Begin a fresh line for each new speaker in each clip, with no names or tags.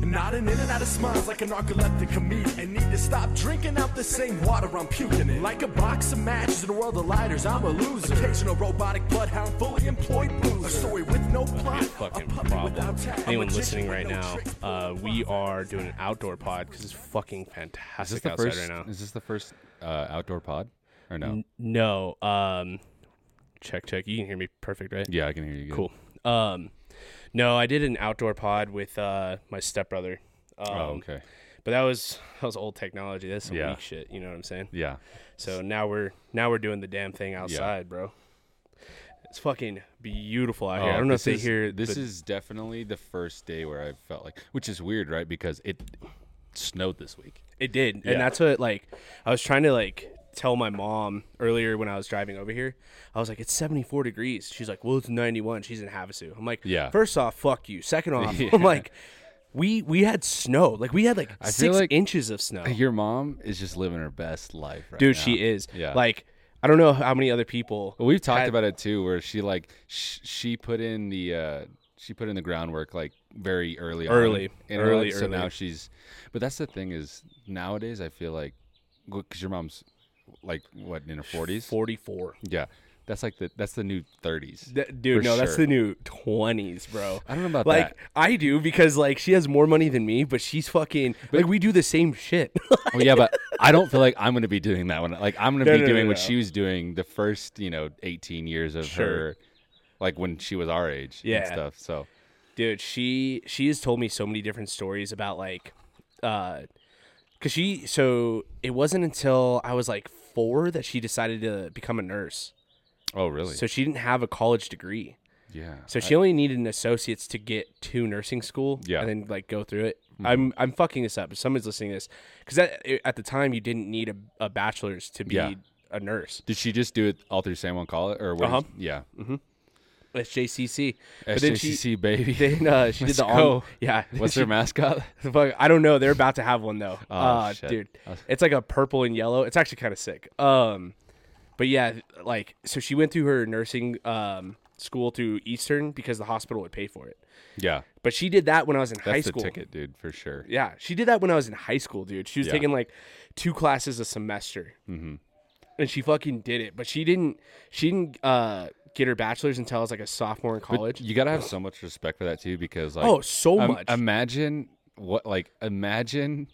nodding in and out of smiles like an narcoleptic comedian. Need to stop drinking out the same water I'm puking in. Like a box of matches in a world of lighters, I'm a loser. Occasional robotic bloodhound, fully employed blues. A story with no plot.
Big fucking problem. Anyone listening right now, uh, we are doing an outdoor pod because it's fucking
Is this
fantastic
the
outside
first?
right now.
Is this the first uh, outdoor pod? Or no?
N- No. Um, check, check. You can hear me perfect, right?
yeah, I can hear you. Good.
Cool. Um, no, I did an outdoor pod with uh, my stepbrother. Um,
Oh, okay.
But that was that was old technology. That's some
Yeah.
weak shit. You know what I'm saying?
Yeah.
So now we're now we're doing the damn thing outside, bro. It's fucking beautiful out here. I
Oh,
don't know if
this
they
is-
hear
This
the-
is definitely the first day where I felt like, which is weird, right? Because it snowed this week.
It did,
Yeah.
and that's what like I was trying to like tell my mom earlier when I was driving over here. I was like, "It's 74 degrees." She's like, "Well, it's 91." She's in Havasu. I'm like,
Yeah.
First off, fuck you. Second off,
Yeah.
I'm like, we we had snow. Like we had like
I
six
feel like-
inches of snow.
Your mom is just living her best life, right
Dude,
now.
she is.
Yeah.
Like I don't know how many other people.
Well, we've talked
had-
about it too, where she like sh- she put in the uh, she put in the groundwork like very early, on
Early.
in her
Early,
life, So now
early.
she's, but that's the thing is nowadays I feel like because your mom's like what in her forties,
44.
yeah, that's like the that's the new thirties,
That- dude,
For
no, that's the
sure.
new 20s, bro.
I don't know about
like,
that.
I do because like she has more money than me, but she's fucking like we do the same shit.
Well, Oh, yeah, but I don't feel like I'm gonna be doing that one. Like I'm gonna
No,
be
no, no,
doing what
no.
she was doing the first, you know, 18 years of
Sure.
her, like when she was our age and
Yeah.
stuff. So
dude she she has told me so many different stories about like uh because she so it wasn't until i was like four that she decided to become a nurse
oh really?
so she didn't have a college degree
yeah.
so she only needed an associate's to get to nursing school
Yeah. Mm-hmm.
and then like go through it i'm i'm fucking this up if someone's listening to this because at the time you didn't need a, a bachelor's to be
Yeah.
a nurse
Did she just do it all through San Juan College or what?
Uh-huh.
Yeah.
sjcc but then she
SJCC baby.
then uh, she did
Let's
the on,
go.
yeah then
What's
she
their mascot?
The fuck- I don't know. They're about to have one though. Oh,
shit.
dude, it's like a purple and yellow. It's actually kind of sick. Um, but yeah, like so she went through her nursing um school through Eastern because the hospital would pay for it.
Yeah.
But she did that when I was in
That's
high
the
school.
ticket, dude, for sure.
Yeah, she did that when I was in high school, dude. She was
Yeah.
taking like two classes a semester, mm-hmm. and she fucking did it. But she didn't. She didn't uh get her bachelor's until I was like a sophomore in college.
You gotta have so much respect for that too, because like
Oh, so much.
Imagine what like imagine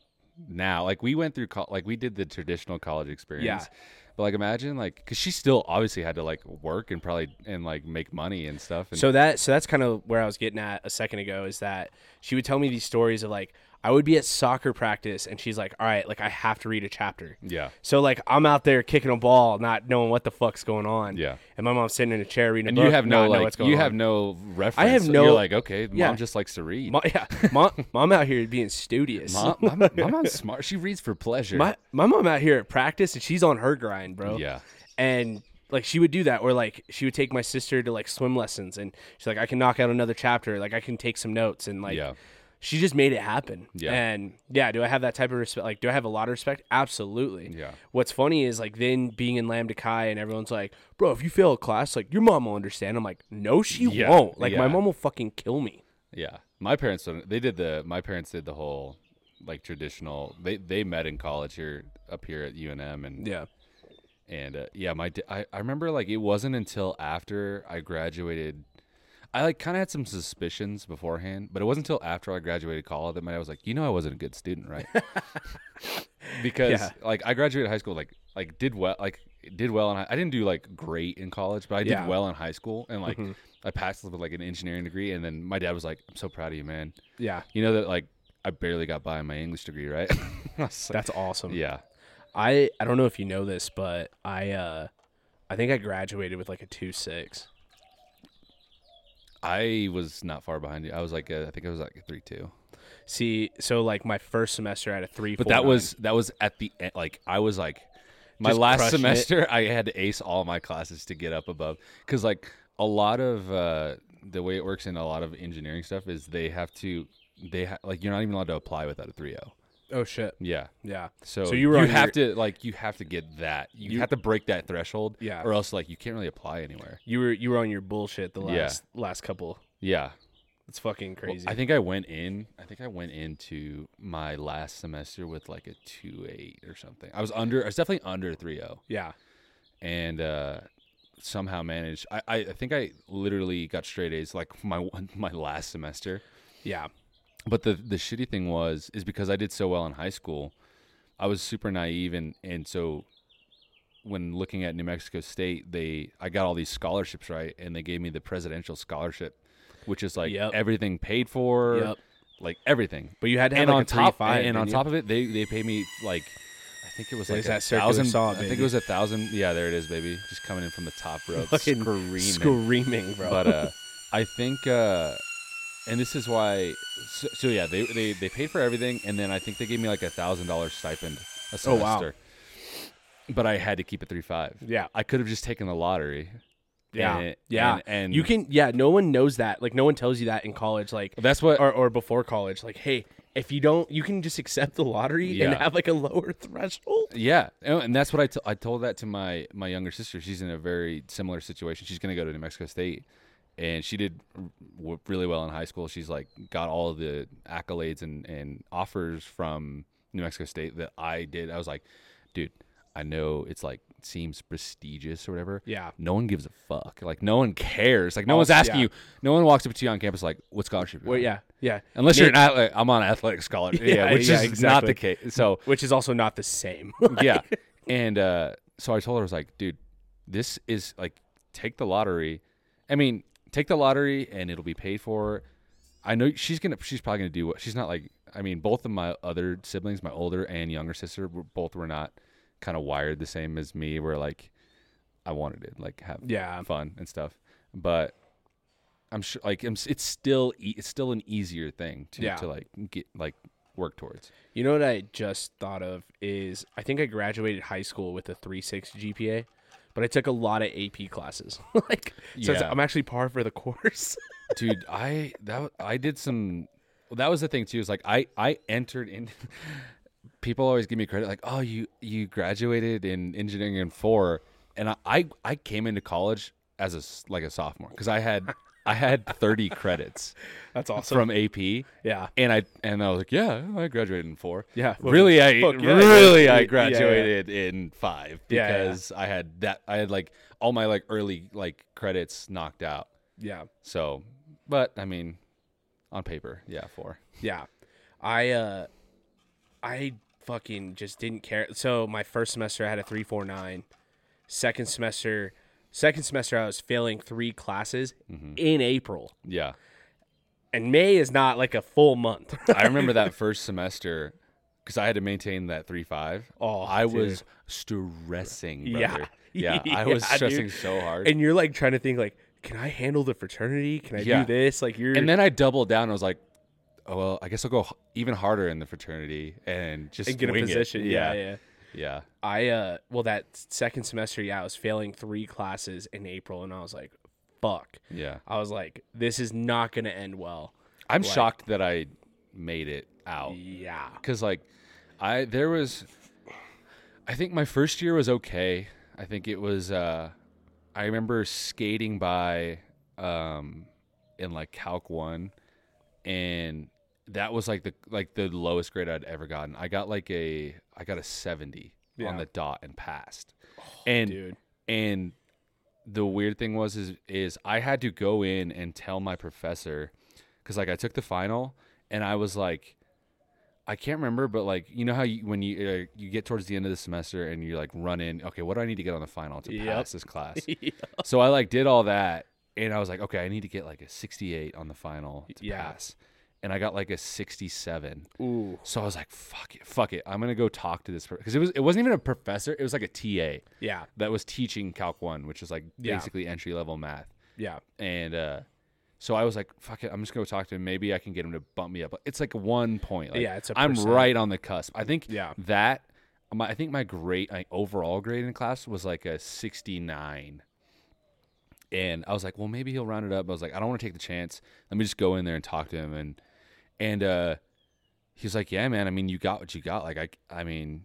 now. Like we went through col- like we did the traditional college experience. But like imagine like because she still obviously had to like work and probably and like make money and stuff. And
So that so that's kind of where I was getting at a second ago is that she would tell me these stories of like I would be at soccer practice and she's like, "All right, like I have to read a chapter."
yeah,
So like I'm out there kicking a ball, not knowing what the fuck's going on.
Yeah.
And my mom's sitting in a chair reading.
and
a book,
you have no
not know
like
what's going
you
on.
have no reference. So
no-
You're like okay, mom
Yeah.
just likes to read.
Mo- yeah, mom, mom out here being studious.
Mom, mom, my mom's smart. She reads for pleasure.
my my mom out here at practice and she's on her grind, bro.
Yeah.
And like she would do that, or like she would take my sister to like swim lessons, and she's like, I can knock out another chapter, like I can take some notes, and like,
Yeah.
she just made it happen.
Yeah.
And yeah, do I have that type of respect? Like, do I have a lot of respect? Absolutely.
Yeah.
What's funny is like then being in Lambda Chi and everyone's like, bro, if you fail a class, like your mom will understand. I'm like, no, she
Yeah.
won't. Like my
Yeah.
mom will fucking kill me.
Yeah, my parents don't- they did the my parents did the whole like traditional. They they met in college here up here at UNM and
Yeah.
and uh, yeah, my da- I I remember like it wasn't until after I graduated. I like kind of had some suspicions beforehand, but it wasn't until after I graduated college that my dad was like, "You know, I wasn't a good student, right?" because
Yeah.
like I graduated high school, like like did well, like did well, and I didn't do like great in college, but I did
Yeah. Mm-hmm.
well in high school, and like I passed with like an engineering degree, and then my dad was like, "I'm so proud of you, man."
Yeah.
You know that like I barely got by in my English degree, right? I was like,
That's awesome.
yeah.
I I don't know if you know this, but I uh I think I graduated with like a two six.
I was not far behind you. I was like, a, I think I was like a three two.
See, so like my first semester I had a three.
But that was that was at the end. Like I was like, my
Just
last
crushing it.
semester, I had to ace all my classes to get up above. Because like a lot of uh, the way it works in a lot of engineering stuff is they have to they ha- like you're not even allowed to apply without a 3.0.
oh shit.
Yeah.
Yeah.
So,
you were on
have to like you have to get that. You, have to break that threshold.
Yeah.
Or else like you can't really apply anywhere.
you were you were on your bullshit the
Yeah.
last last couple.
Yeah.
It's fucking
Well,
crazy.
I think I went in. I think I went into my last semester with like a two eight or something. I was under. I was definitely under three zero,
yeah.
and uh, somehow managed. I, I I think I literally got straight A's like my one my last semester.
Yeah.
But the the shitty thing was is because I did so well in high school, I was super naive and and so when looking at New Mexico State, they I got all these scholarships right and they gave me the presidential scholarship, which is like
Yep.
everything paid for,
Yep.
like everything.
But you had to have
and
like
on
a three
top
five.
and
didn't
on
you?
top of it, they they pay me like I think it was like
There's
a
that circular
thousand.
saw,
I think
baby.
it was a thousand. Yeah, there it is, baby. Just coming in from the top rope,
Fucking
screaming
screaming, bro.
but uh, I think, uh, and this is why. So, so yeah, they, they they paid for everything, and then I think they gave me like a thousand dollar stipend a semester.
Oh, wow.
But I had to keep a three five.
Yeah.
I could have just taken the lottery.
yeah,
and-
yeah.
and- and-
you can, yeah. No one knows that. Like no one tells you that in college. Like
That's what.
or, or before college. Like hey, if you don't, you can just accept the lottery and
Yeah.
have like a lower threshold.
yeah, Oh, and that's what I, t- I told that to my my younger sister. She's in a very similar situation. She's going to go to New Mexico State, and she did w- really well in high school. She's like got all of the accolades and and offers from New Mexico State that I did. I was like, dude, I know it's like seems prestigious or whatever.
Yeah.
no one gives a fuck. Like no one cares. Like no one's
Also,
asking
yeah.
you. No one walks up to you on campus like, what scholarship? you
Well,
on?"
yeah, yeah.
Unless you're an
Nick-
athlete, I'm on athletic scholarship, yeah,
Yeah,
which
yeah,
is not the
exactly.
case. So
which is also not the same.
yeah. And uh, so I told her, I was like, dude, this is like, take the lottery. I mean, take the lottery and it'll be paid for. I know she's gonna. She's probably gonna do what she's not like. I mean, both of my other siblings, my older and younger sister, were, both were not kind of wired the same as me. Where like, I wanted to like have
Yeah.
fun and stuff, but I'm sure like I'm, s- it's still e- it's still an easier thing to
Yeah.
to like get like work towards.
you know what I just thought of is I think I graduated high school with a 3.6 GPA, but I took a lot of AP classes. like, so it's-
Yeah.
I'm actually par for the course.
dude i that wa- i did some well, that was the thing too is like i i entered in people always give me credit like oh you you graduated in engineering in four and i i, I came into college as a s- like a sophomore because i had i had 30 credits
That's awesome.
from ap and
yeah.
i and i was like yeah i graduated in four
Yeah, fuck
really i
fuck yeah,
really
yeah, yeah,
i
yeah.
graduated in five
Yeah, yeah.
because i had that i had like all my like early like credits knocked out
Yeah.
so, but I mean, on paper, yeah, four.
Yeah. I uh I fucking just didn't care. So my first semester I had a 349. Second semester second semester I was failing 3 classes
Mm-hmm.
in April.
Yeah,
And May is not like a full month.
I remember that first semester because I had to maintain that three five.
Oh,
I
dude.
was stressing,
Yeah.
brother. Yeah, I was
Yeah, dude.
stressing so hard. And,
and you're like trying to think like can I handle the fraternity? Can I
Yeah.
do this? Like you're
then I doubled down. I was like, oh well, I guess I'll go h- even harder in the fraternity and just
and get a
wing it.
position. Yeah, yeah.
yeah.
I uh well that second semester yeah, I was failing 3 classes in April and I was like fuck.
yeah.
I was like this is not going to end well.
I'm shocked that I made it out.
Yeah.
because like i there was i think my first year was okay i think it was uh i remember skating by um in like calc one and that was like the like the lowest grade i'd ever gotten i got like a i got a 70 on
Yeah. Oh,
the dot and passed and
dude.
and the weird thing was is is I had to go in and tell my professor because like I took the final and I was like I can't remember but like you know how you, when you uh, you get towards the end of the semester and you like run in okay what do I need to get on the final to
Yep.
pass this class so I like did all that and I was like okay I need to get like a 68 on the final to
Yeah.
pass and I got like a 67
Ooh.
so I was like fuck it fuck it I'm gonna go talk to this because it was it wasn't even a professor it was like a TA
Yeah.
that was teaching Calc 1, which is like
Yeah.
basically entry level math.
Yeah.
And uh, so I was like, fuck it, I'm just going to go talk to him. Maybe I can get him to bump me up. It's like one point. Like,
Yeah, it's a
I'm
percent.
right on the cusp. I think
Yeah.
that, my, I think my grade, like overall grade in class was like a 69. And I was like, well, maybe he'll round it up. I was like, I don't want to take the chance. Let me just go in there and talk to him. And, and, uh, he was like, yeah, man. I mean, you got what you got. Like, I, I mean,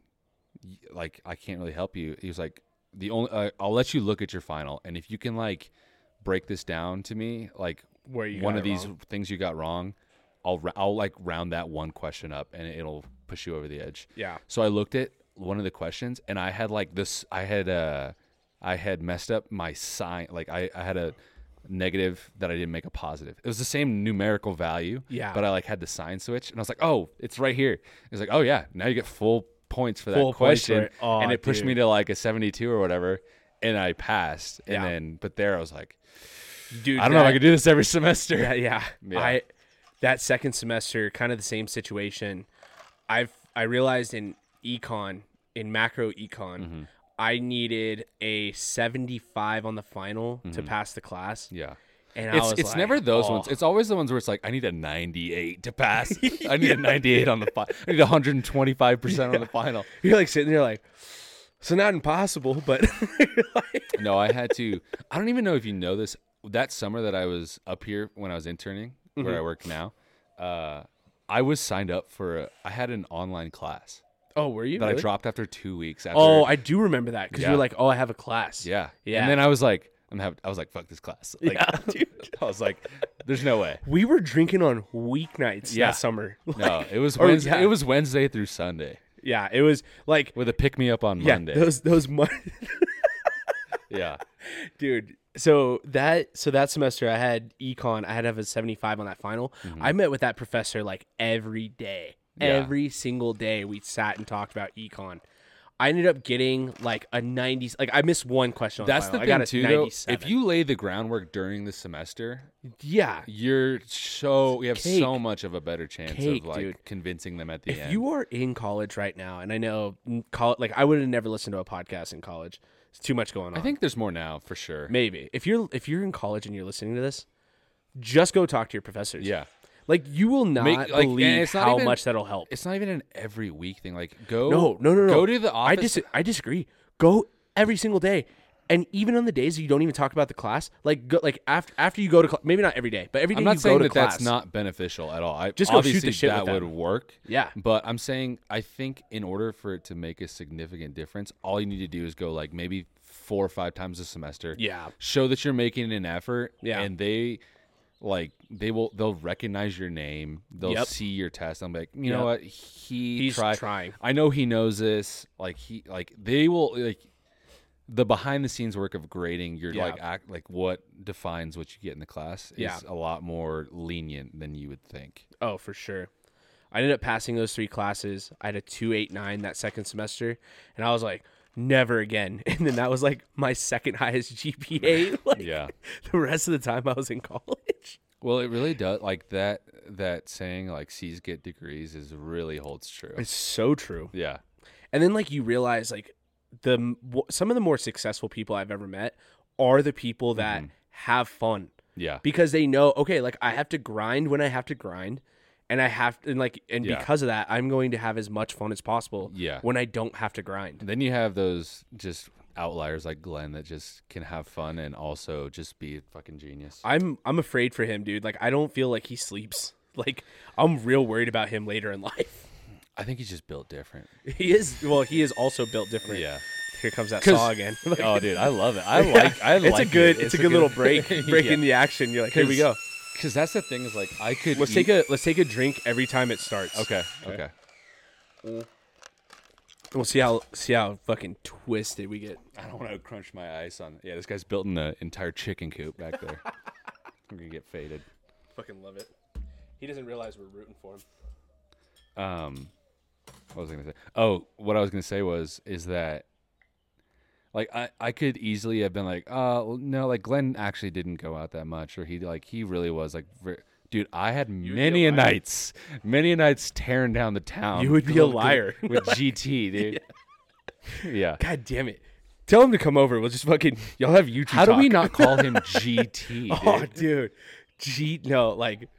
y- like I can't really help you. He was like, the only uh, I'll let you look at your final, and if you can like break this down to me, like
where you
one
got
of
it
these
wrong.
things you got wrong, I'll ra- I'll like round that one question up and it'll push you over the edge.
Yeah.
So I looked at one of the questions and I had like this I had uh I had messed up my sign like I, I had a negative that I didn't make a positive. It was the same numerical value.
Yeah.
But I like had the sign switch and I was like, Oh, it's right here. It's like, Oh yeah, now you get full points for that
Full points for
question.
it. Aw,
and it pushed
dude.
me to like a seventy two or whatever and I passed. And
Yeah.
then but there I was like,
Dude,
I don't know if I
that-
could do this every semester.
that- yeah.
Yeah.
I that second semester, kind of the same situation. I've I realized in econ, in macro econ,
Mm-hmm.
I needed a seventy five on the final to pass the class.
Mm-hmm. Yeah.
And I
It's,
was
it's
like,
never those
"Oh."
ones. It's always the ones where it's like, I need a 98 to pass. I need a 98 on the final. I need 125% on the final.
You're like sitting there like so not impossible, but like,
No, I had to. I don't even know if you know this. That summer that I was up here when I was interning, where I
Mm-hmm.
work now, uh, I was signed up for, a, I had an online class
oh, were you?
that I
really?
dropped after two weeks. After,
Oh, I do remember that because
Yeah.
you're like, oh, I have a class.
yeah.
yeah.
And then I was like, I'm having, I was like, fuck this class. Like,
Yeah, dude.
I was like, there's no way.
we were drinking on weeknights
Yeah.
that summer.
No, it was
or,
Wednesday,
Oh, yeah.
it was Wednesday through Sunday.
Yeah, it was like
with a pick me up on
yeah,
Monday.
those those months.
yeah.
dude so that so that semester i had econ i had to have a 75 on that final i met with that professor like every day
Mm-hmm. Yeah.
every single day we sat and talked about econ i ended up getting like a 90s like i missed one question on
That's
Oh, the
the
final.
thing
I got a
too though. If
97.
you lay the groundwork during the semester,
yeah
you're so you have
Cake.
so much of a better chance
Cake,
of like
dude.
convincing them at the
if
end.
you are in college right now and i know college like i would have never listened to a podcast in college it's too much going on
I think there's more now for sure.
maybe if you're if you're in college and you're listening to this just go talk to your professors
Yeah.
Like you will not
Make- like, and
believe
it's not
how
even-
much that'll help.
It's not even an every week thing. Like go
No, no, no, no.
Go to the
I
office.
dis- I disagree. Go every single day, and even on the days that you don't even talk about the class, like go, like after after you go to class, maybe not every day, but every day
I'm
you
not saying
go to
that
class.
that's not beneficial at all. I
Just go shoot the
obviously
shit
that
with
would
them.
work.
Yeah.
But I'm saying I think in order for it to make a significant difference, all you need to do is go like maybe four or five times a semester.
Yeah.
Show that you're making an effort.
Yeah.
And they like they will they'll recognize your name. They'll
Yep.
see your test. I'm like, you
Yep.
know what? He
He's
tried-
trying.
I know he knows this. Like he like they will like the behind the scenes work of grading your
Yeah.
like act like what defines what you get in the class is
Yeah.
a lot more lenient than you would think.
Oh, for sure. I ended up passing those three classes. I had a two eight nine that second semester, and I was like, never again. And then that was like my second highest GPA. Like,
Yeah.
The rest of the time I was in college.
Well, it really does like that that saying like C's get degrees is really holds true.
It's so true.
yeah.
and then like you realize like the m- w- some of the more successful people i've ever met are the people that have fun
Mm-hmm. Yeah.
because they know okay like i have to grind when i have to grind and i have and like and
Yeah.
because of that i'm going to have as much fun as possible
Yeah.
when i don't have to grind
then you have those just outliers like Glenn that just can have fun and also just be a fucking genius.
i'm i'm afraid for him dude like i don't feel like he sleeps like i'm real worried about him later in life
I think he's just built different.
he is well he is also built different
Yeah.
here comes that saw again
oh dude, I love it. I like I
it's
like
a good
it.
it's, a good little break break
Yeah.
in the action you're like here we go
Cuz that's the thing is like I could
Let's
eat-
take a let's take a drink every time it starts.
Okay. Okay.
We'll see how see how fucking twisted we get.
I don't want to crunch my ice on. Yeah, this guy's built in an entire chicken coop back there. I'm going to get faded.
Fucking love it. He doesn't realize we're rooting for him.
um what was i gonna say oh what i was gonna say was is that like i i could easily have been like oh no like glenn actually didn't go out that much or he like he really was like ver- dude i had many
a
a
liar.
nights many a nights tearing down the town
You would be a liar.
with gt dude yeah,
God damn it. Tell him to come over. We'll just fucking y'all have YouTube.
how do we
talk.
not call him gt dude?
Oh dude. G no, like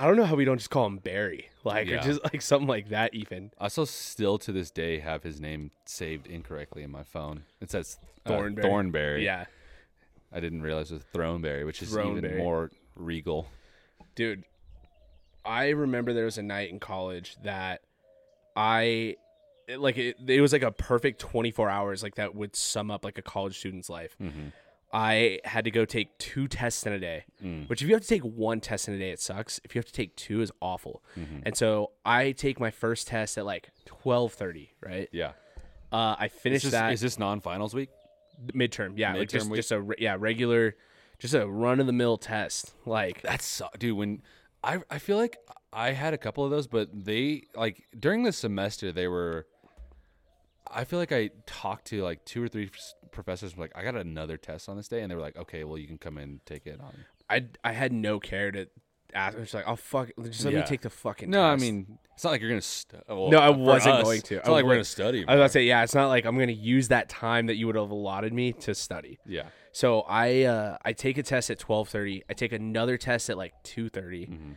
I don't know how we don't just call him Barry. Like
Yeah.
or just like something like that even.
I also still to this day have his name saved incorrectly in my phone. It says uh,
Thornberry.
Thornberry.
Yeah.
I didn't realize it was Throneberry, which is
Throneberry.
even more regal.
Dude, I remember there was a night in college that I
Mm-hmm.
it- like it, it was like a perfect 24 hours like that would sum up like a college student's life. I had to go take two tests in a day,
Mm.
which if you have to take one test in a day, it sucks. If you have to take two, is awful.
Mm-hmm.
And so I take my first test at like twelve thirty, right?
Yeah.
Uh, I
Is
finish
this,
that
is this non-finals week?
midterm. Yeah, like just,
Midterm week?
just a re- yeah regular, just a run of the mill test. Like
That's so, dude. When I I feel like I had a couple of those, but they like during the semester they were. I feel like I talked to like two or three s- professors. Like I got another test on this day, and they were like, "Okay, well you can come in and take it on."
I I had no care to ask. I was like, oh fuck, just let
Yeah.
me take the fucking.
No, I
test."
mean it's not like you're gonna. Stu- well,
No, I
for
wasn't
us,
going to.
It's
I
not like
was
we're gonna
like-
study.
I was about
more.
to say, yeah, it's not like I'm going to use that time that you would have allotted me to study.
Yeah.
So I uh, I take a test at twelve thirty. I take another test at like two
Mm-hmm.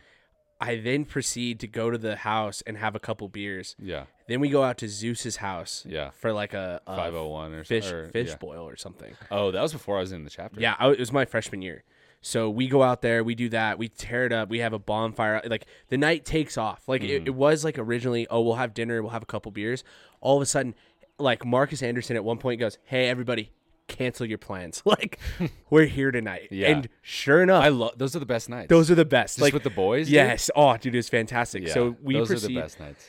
I then proceed to go to the house and have a couple beers.
Yeah.
Then we go out to Zeus's house.
Yeah.
For like a, a
501 or
fish
or-
fish
yeah.
boil or something.
Oh, that was before I was in the chapter.
Yeah, I, it was my freshman year. So we go out there, we do that, we tear it up, we have a bonfire. Like the night takes off. Like
Mm.
it, it was like originally, oh, we'll have dinner, we'll have a couple beers. All of a sudden, like Marcus Anderson at one point goes, "Hey, everybody, cancel your plans. Like we're here tonight."
Yeah.
And sure enough,
I love those are the best nights.
those are the best.
Just
like
with the boys, dude?
Yes. Oh, dude, it's fantastic.
Yeah,
so we
those
proceed.
are the best nights.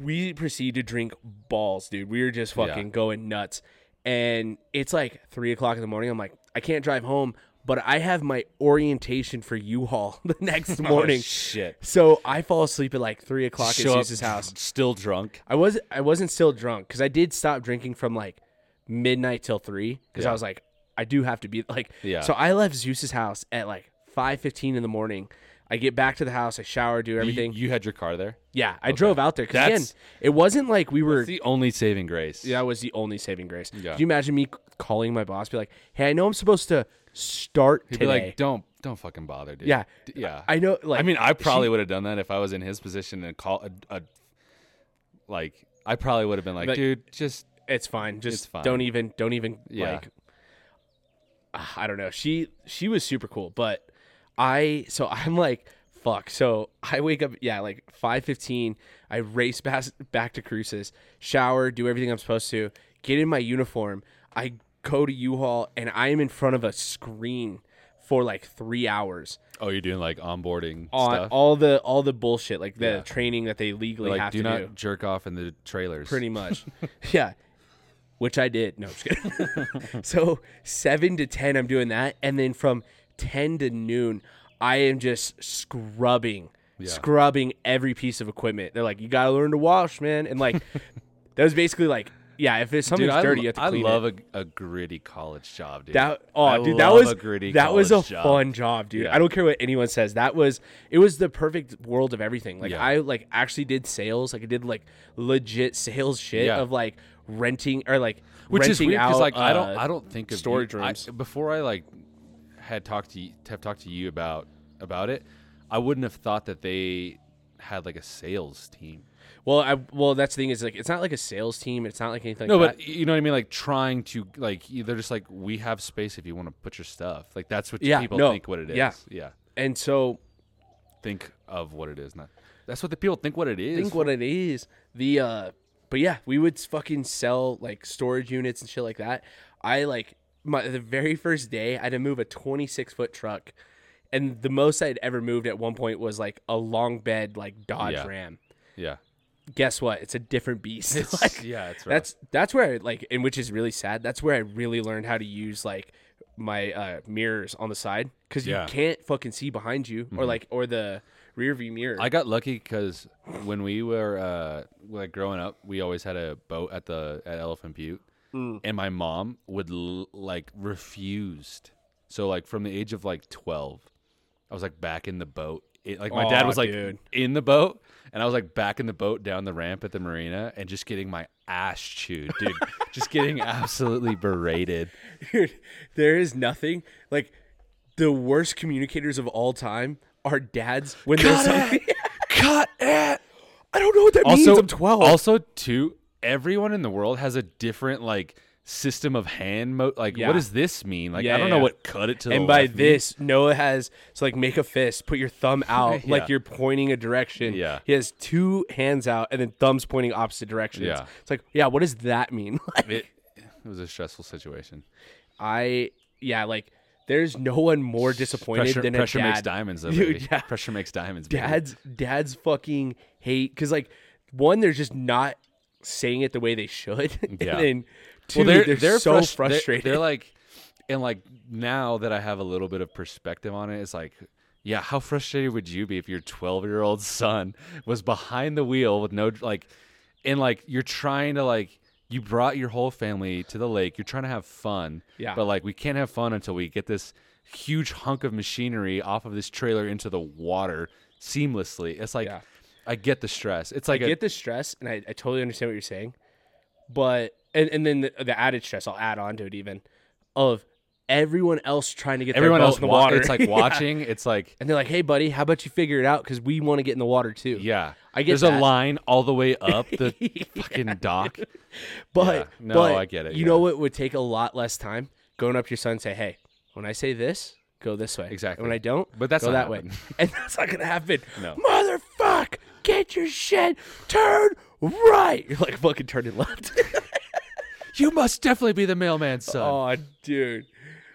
We proceed to drink balls, dude. We were just fucking going nuts. And it's like three o'clock in the morning. I'm like, I can't drive home, but I have my orientation for U-Haul the next morning.
Oh, shit.
So I fall asleep at like three o'clock at
Show up
Zeus's house.
still drunk.
I was I wasn't still drunk because I did stop drinking from like midnight till three because
Yeah.
I was like I do have to be like
Yeah.
So I left Zeus's house at like five fifteen in the morning. I get back to the house, I shower, do
You-
everything.
You, had your car there.
yeah, I drove out there because again,
That's-
it wasn't like we were.
It's the only saving grace.
that was the only saving grace.
Yeah.
Could you imagine me c- calling my boss, be like, "Hey, I know I'm supposed to start
He'd
today."
be like, don't don't fucking bother, dude.
yeah,
D- yeah.
I know. Like,
I mean, I probably would have done that if I was in his position and call a, a like. I probably would have been like,
Like-
dude, just
it's fine. Just
It's fine.
don't even don't even
Yeah.
like Ah, I don't know. She she was super cool, but I so I'm like fuck. So I wake up yeah, like 5:15, I race back back to Cruces, shower, do everything I'm supposed to, get in my uniform. I go to U-Haul and I am in front of a screen for like 3 hours
oh, you're doing like onboarding
on
stuff.
all the all the bullshit like the
Yeah.
training that they legally
like,
have to
do not
do.
jerk off in the trailers.
Pretty much. yeah. Which I did. No, I'm just kidding. so seven to ten, I'm doing that, and then from ten to noon, I am just scrubbing, scrubbing every piece of equipment. They're like, you gotta learn to wash, man, and like that was basically like, yeah, if it's something's
Dude, I,
dirty, you have to
I
clean it.
love a, a gritty college job, dude.
That oh,
I
dude, that
love
was
a gritty.
that was a
college job.
fun job, dude.
Yeah.
I don't care what anyone says. That was it was the perfect world of everything. Like
Yeah.
I like actually did sales. Like I did like legit sales shit
Yeah.
of like renting or like
which is
renting
weird because
out,
like I don't
uh,
I don't think of you-
storage
I-
rooms.
before I like had talked to you, have talked to you about about it. I wouldn't have thought that they had like a sales team.
well, I well that's the thing is like it's not like a sales team. It's not like anything.
No,
like
but you know what I mean. Like trying to like they're just like we have space if you want to put your stuff. Like that's what
Yeah,
people
no,
think what it is.
yeah.
yeah.
that. and so
Think of what it is. Not that's what the people think what it is.
think what it is. The uh but yeah, we would fucking sell like storage units and shit like that. I like my the very first day I had to move a twenty six foot truck. And the most I'd ever moved at one point was like a long bed like Dodge
Yeah.
Ram.
yeah.
Guess what? It's a different beast.
It's-
like,
yeah, it's rough.
that's that's where I like and which is really sad. That's where I really learned how to use like my uh mirrors on the side because
Yeah. Mm-hmm.
you can't fucking see behind you or like or the rear view mirror.
I got lucky because when we were uh, like growing up, we always had a boat at the at Elephant Butte,
Mm.
and my mom would l- like refused. So like from the age of like twelve, I was like back in the boat. It, like my dad
Aw,
was like
dude.
in the boat, and I was like back in the boat down the ramp at the marina, and just getting my ass chewed, dude. just getting absolutely berated.
Dude, there is nothing like the worst communicators of all time are dads when there's something.
Cut it.
I don't know what that means.
also
I'm 12.
Also, too, everyone in the world has a different like system of hand mo. Like,
Yeah.
what does this mean? Like,
Yeah,
I don't
yeah,
know
yeah.
what cut it to. the
and by
left means.
this, Noah has so like make a fist, put your thumb out
Yeah.
like you're pointing a direction.
Yeah.
He has two hands out and then thumbs pointing opposite directions.
Yeah.
It's like, yeah, what does that mean? Like,
it, it was a stressful situation.
I yeah, like there's no one more disappointed
Pressure,
than
pressure
a dad.
makes diamonds, though,
Dude,
baby.
yeah.
Pressure makes diamonds, baby.
Dads, dads fucking hate because like one, they're just not saying it the way they should, and
Yeah.
then two, they're, so
frus- they're-
frustrated.
They're, like, and like now that I have a little bit of perspective on it, it's like, yeah, how frustrated would you be if your 12 year old son was behind the wheel with no like, and like you're trying to like. You brought your whole family to the lake. You're trying to have fun,
Yeah.
But like, we can't have fun until we get this huge hunk of machinery off of this trailer into the water seamlessly. It's like,
Yeah.
I get the stress. It's like
I
a-
get the stress, and I, I totally understand what you're saying, but and and then the, the added stress I'll add on to it even of everyone else trying to get
everyone
their boat
else
in the
wa-
water.
It's like
Yeah.
watching. It's like
and they're like, "Hey, buddy, how about you figure it out? Because we want to get in the water too."
Yeah,
I get
There's a
that.
line all the way up the fucking dock.
But
Yeah. No,
but
I get it,
You
yeah.
know what would take a lot less time? Going up to your son and say, Hey, when I say this, go this way.
Exactly.
And when I don't,
But that's
go
not
that way.
happening.
And that's not gonna happen.
No.
Motherfuck, get your shit, turn right. You're like fucking turning left.
You must definitely be the mailman, son.
oh dude.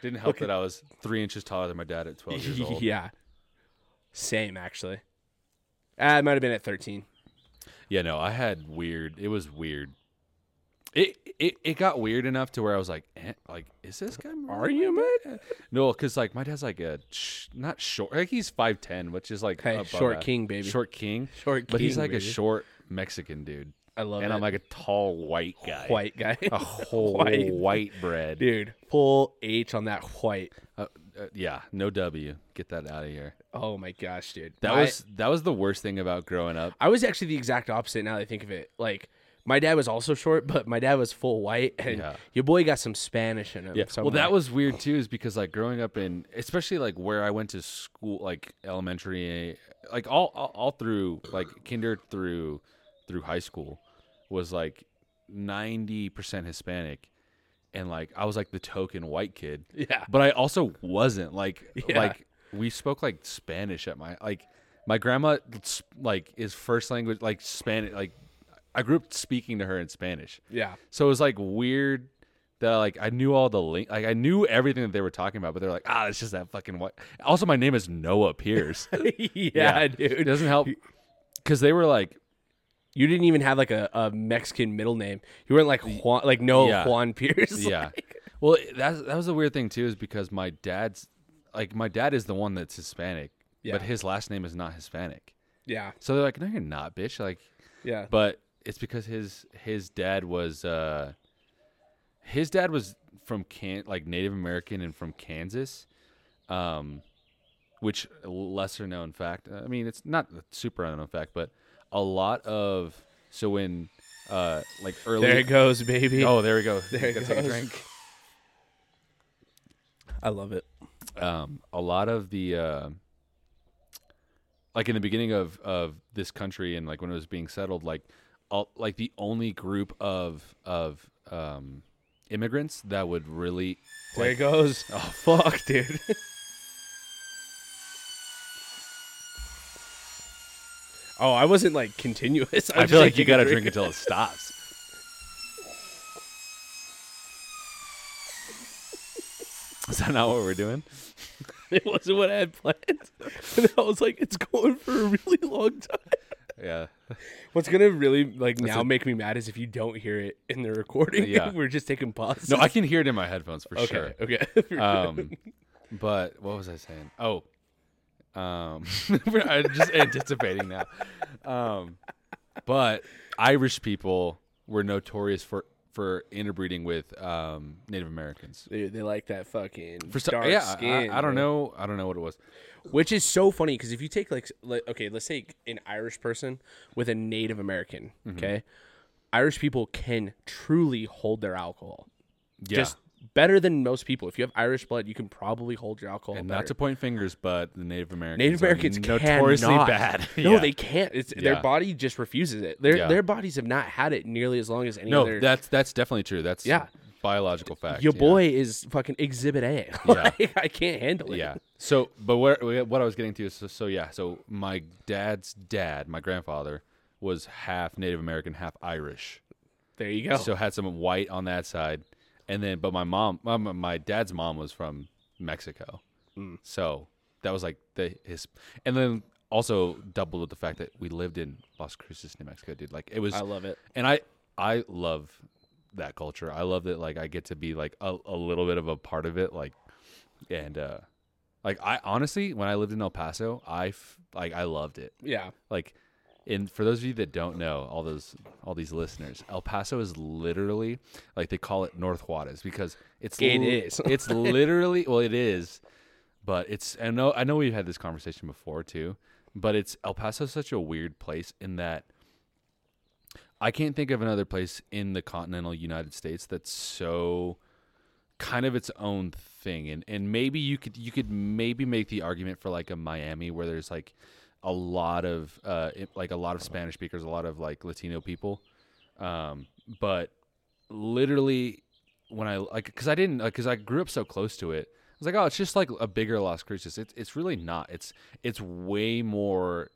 Didn't help that I was three inches taller than my dad at 12 years old. yeah.
yeah. Same actually. Ah, I might have been at thirteen.
no, I had weird. It was weird. It it, it got weird enough to where I was like, eh, like, is this guy? Are you man? No, because like my dad's like a sh- not short. Like he's five ten, which is like
Hey,
above
short
that.
king, baby.
Short king,
Short
But he's
king,
like
baby.
a short Mexican dude,
I love
and
it.
I'm like a tall white guy,
white guy.
a whole
White.
white, bread.
Dude, full H on that white.
Uh, uh, yeah, no W. Get that out of here.
Oh my gosh, dude.
That
My-
was that was the worst thing about growing up.
I was actually the exact opposite now that I think of it. Like my dad was also short, but my dad was full white and
Yeah.
your boy got some Spanish in him. So I'm
well, that
like,
was weird too, is because like growing up in, especially like where I went to school, like elementary, like all all, all through like kinder through through high school, was like ninety percent Hispanic, and like I was like the token white kid.
Yeah.
But I also wasn't like
Yeah.
like we spoke like Spanish at my like my grandma s- like is first language like Spanish like I grew up speaking to her in Spanish.
Yeah.
So it was like weird that like I knew all the link, like I knew everything that they were talking about, but they're like, ah, it's just that fucking white. Also, my name is Noah Pierce.
yeah,
it
dude.
doesn't help because they were like,
you didn't even have like a, a Mexican middle name. You weren't like Juan, like no
Yeah.
Juan Pierce.
yeah.
Like,
Well, that that was the weird thing too, is because my dad's like my dad is the one that's Hispanic,
Yeah.
but his last name is not Hispanic.
yeah,
So they're like, no, you're not, bitch. Like,
yeah.
but it's because his his dad was uh his dad was from can like Native American and from Kansas, um, which lesser known fact. I mean, it's not a super unknown fact, but a lot of so when uh like early
there it goes, baby.
oh there we go
There it
Gotta take a
goes.
drink.
I love it.
um, a lot of the uh, like in the beginning of of this country and like when it was being settled, like all, like the only group of of um, immigrants that would really
There it goes. Oh fuck, dude. oh, I wasn't like continuous.
I feel like you gotta drink until it stops. Is that not what we're doing?
It wasn't what I had planned. And I was like, it's going for a really long time.
Yeah.
What's gonna really like now make me mad is if you don't hear it in the recording.
Yeah.
We're just taking pauses.
No, I can hear it in my headphones for
okay,
sure.
okay.
Um, but what was I saying? Oh, um, I'm just anticipating now. Um, but Irish people were notorious for for interbreeding with um, Native Americans.
Dude, they like that fucking
For some,
dark
yeah, I-
skin.
I, I don't
bro.
know. I don't know what it was.
Which is so funny because if you take like, like okay, let's take an Irish person with a Native American,
Mm-hmm.
okay? Irish people can truly hold their alcohol.
Yeah,
Just better than most people. If you have Irish blood, you can probably hold your alcohol.
and
better.
not to point fingers, but the Native Americans
Native
are
Americans
notoriously
cannot.
bad.
No,
Yeah.
they can't. It's, Their
Yeah.
body just refuses it. Their
Yeah.
their bodies have not had it nearly as long as any
no.
other.
That's that's definitely true. That's
Yeah.
biological fact.
your
yeah.
boy is fucking exhibit A. Like, I can't handle it.
Yeah. So, but where what I was getting to is so, so yeah. So my dad's dad, my grandfather, was half Native American, half Irish.
There you go.
So had some white on that side, and then but my mom, my, my- my dad's mom was from Mexico,
Hmm.
so that was like the his, and then also doubled with the fact that we lived in Las Cruces, New Mexico, dude. Like it was,
I love it.
and I I love that culture. I love that like I get to be like a, a little bit of a part of it, like and uh like I honestly when I lived in El Paso, I f- like I loved it
Yeah.
like and for those of you that don't know all those all these listeners el paso is literally like they call it north juarez because it's
It
li-
is.
it's literally well it is but it's i know i know we've had this conversation before too but it's el paso is such a weird place in that i can't think of another place in the continental united states that's so kind of its own thing and and maybe you could you could maybe make the argument for like a Miami where there's like a lot of uh it- like a lot of Spanish speakers, a lot of like Latino people. Um but literally when I like cuz I didn't like, cuz I grew up so close to it. I was like, "Oh, it's just like a bigger Las Cruces." It's it's really not. It's it's way more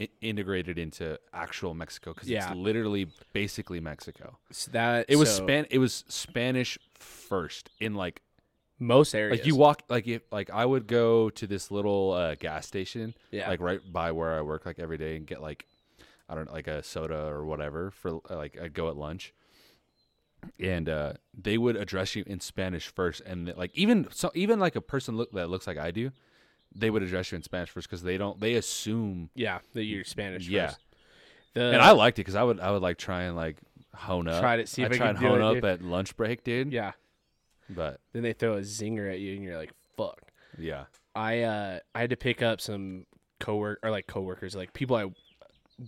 I- integrated into actual Mexico cuz
Yeah.
it's literally basically Mexico.
So that
It was
so
span it was Spanish first in like
most areas.
like you walk like if like I would go to this little uh, gas station,
Yeah.
like right by where I work, like every day, and get like I don't know, like a soda or whatever for uh, like I'd go at lunch, and uh, they would address you in Spanish first, and like even so even like a person look that looks like I do, they would address you in Spanish first because they don't they assume
yeah, the you're Spanish.
Yeah.
first. The,
and I liked it because I would I would like try and like hone up,
Try to see
I
if I
try
could
and
do
hone
Uh, it,
up
dude.
at lunch break, dude.
yeah.
but
Then they throw a zinger at you, and you're like, "Fuck."
yeah,
I uh I had to pick up some cowork or like coworkers, like people I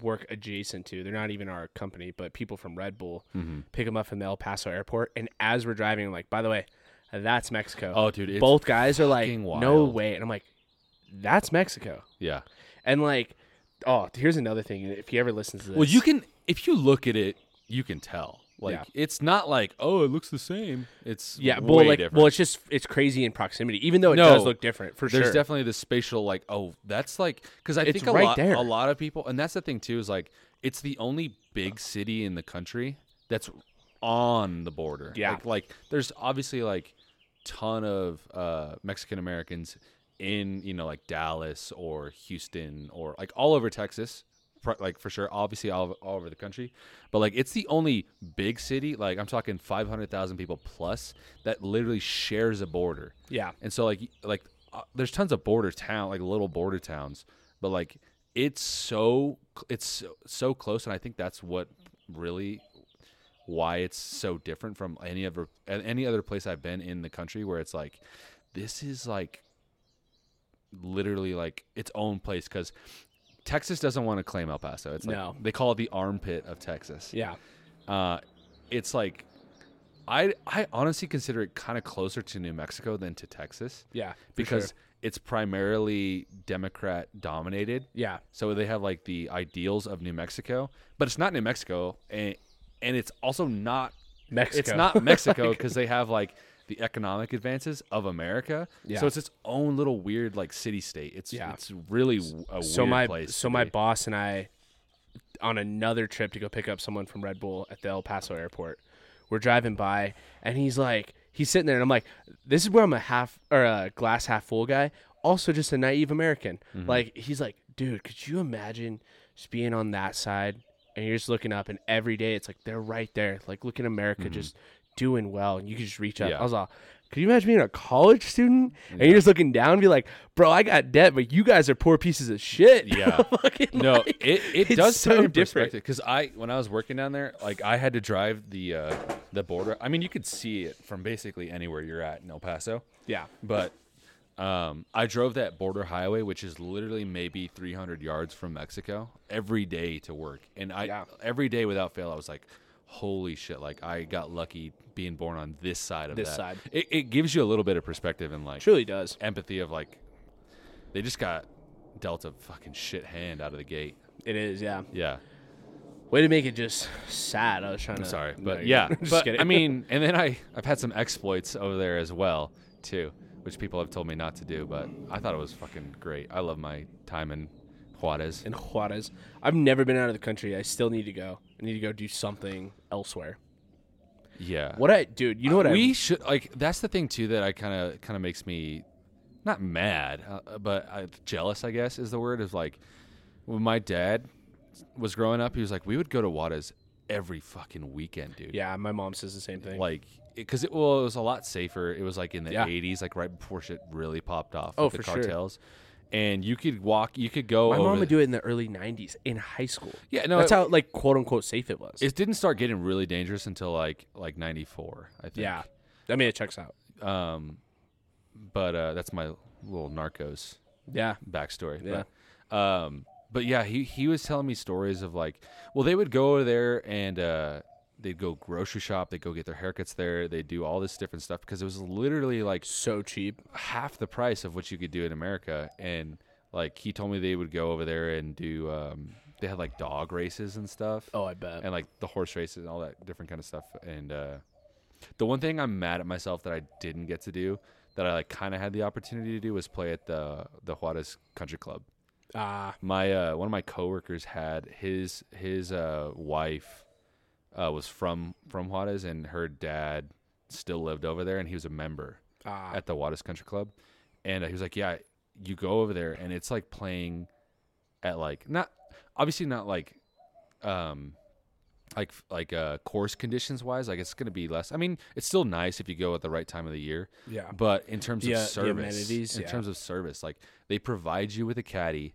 work adjacent to. They're not even our company, but people from Red Bull
Mm-hmm.
pick them up from the El Paso airport. And as we're driving, I'm like, by the way, that's Mexico.
Oh, dude, it's
both guys are like,
fucking
no
wild.
way, and I'm like, that's Mexico.
yeah.
And like, oh, here's another thing. If you ever listen to this,
Well, you can if you look at it, you can tell. Like
Yeah.
it's not like oh, it looks the same. It's
yeah,
way
well, like,
different.
well, it's just it's crazy in proximity, even though it
No,
does look different for
There's
sure.
definitely the spatial like oh, that's like because I
It's
think a
right
lot
there.
a lot of people and that's the thing too is like it's the only big city in the country that's on the border.
Yeah.
like, like there's obviously like ton of uh, Mexican Americans in you know like Dallas or Houston or like all over Texas, pro- like for sure. Obviously all, all over the country, but like it's the only big city like I'm talking 500,000 people plus that literally shares a border.
Yeah.
and so like y- like uh, there's tons of border town like little border towns, but like it's so cl- it's so, so close, and I think that's what really why it's so different from any other a- any other place I've been in the country where it's like this is like literally like its own place because Texas doesn't want to claim El Paso. It's like
No.
they call it the armpit of Texas.
yeah,
Uh, it's like I I honestly consider it kind of closer to New Mexico than to Texas
yeah, for
because
sure.
it's primarily Democrat dominated.
yeah,
So they have like the ideals of New Mexico, but it's not New Mexico, and and it's also not
Mexico.
it's not Mexico because they have like the economic advances of America.
Yeah.
So it's its own little weird like city state. It's
Yeah.
it's really w- a
so
weird
my
place.
so
to
my
be.
boss and I on another trip to go pick up someone from Red Bull at the El Paso airport. We're driving by and he's like he's sitting there and I'm like this is where I'm a half or a glass half full guy, also just a naive American.
Mm-hmm.
Like he's like, "Dude, could you imagine just being on that side and you're just looking up and every day it's like they're right there. Like look at America just doing well and you can just reach up."
Mm-hmm. Yeah.
I was like, could you imagine being a college student and you're just looking down and be like, bro, I got debt, but you guys are poor pieces of shit.
Yeah.
Fucking,
no,
like,
it, it
it's
does
so
put it in
different.
perspective because I when I was working down there, like I had to drive the uh, the border. I mean, you could see it from basically anywhere you're at in El Paso.
Yeah.
but um, I drove that border highway, which is literally maybe 300 yards from Mexico, every day to work, and I
Yeah.
every day without fail, I was like, "Holy shit!" Like I got lucky being born on this side of
This
that.
side.
It, it gives you a little bit of perspective and like
Truly does.
empathy of like they just got dealt a fucking shit hand out of the gate.
It is, yeah.
Yeah,
Way to make it just sad. I was trying to.
sorry,
Uh, No,
but
you're
yeah,
not. just
but
kidding.
I mean, and then I I've had some exploits over there as well too, which people have told me not to do, but I thought it was fucking great. I love my time in Juarez.
in Juarez, I've never been out of the country. I still need to go. I need to go do something elsewhere.
Yeah.
What I, dude, you know what I?
we should like that's the thing too that I kind of kind of makes me not mad, uh, but uh jealous. I guess is the word. Is like when my dad was growing up, he was like we would go to Wada's every fucking weekend, dude.
yeah, my mom says the same thing.
Like, because it, well, it was a lot safer. It was like in the
Yeah.
'80s, like right before shit really popped off.
Oh,
with the
for sure.
cartels. And you could walk. You could go.
my
over
mom
the-
would do it in the early '90s in high school.
Yeah, no,
that's
it-
how like quote unquote safe it was.
It didn't start getting really dangerous until like like '94, I think.
yeah, I mean it checks out.
Um, but uh, that's my little Narcos
Yeah,
backstory.
Yeah.
But, um, but yeah, he he was telling me stories of like, well, they would go over there and uh, they'd go grocery shop, they'd go get their haircuts there, they'd do all this different stuff because it was literally like
so cheap.
half the price of what you could do in America. And like he told me they would go over there and do um, they had like dog races and stuff
Oh, I bet.
and like the horse races and all that different kind of stuff. And uh, the one thing I'm mad at myself that I didn't get to do that I like kind of had the opportunity to do was play at the the Juarez Country Club.
Ah,
My uh, one of my coworkers had his his uh, wife uh, was from from Juarez and her dad still lived over there and he was a member
ah,
at the Juarez Country Club, and uh, he was like, "Yeah, you go over there, and it's like playing at like not obviously not like um like like uh course conditions wise, like it's gonna be less. I mean, it's still nice if you go at the right time of the year,
yeah.
but in terms
The, uh,
of
the
service,
amenities,
in
yeah.
terms of service, like they provide you with a caddy.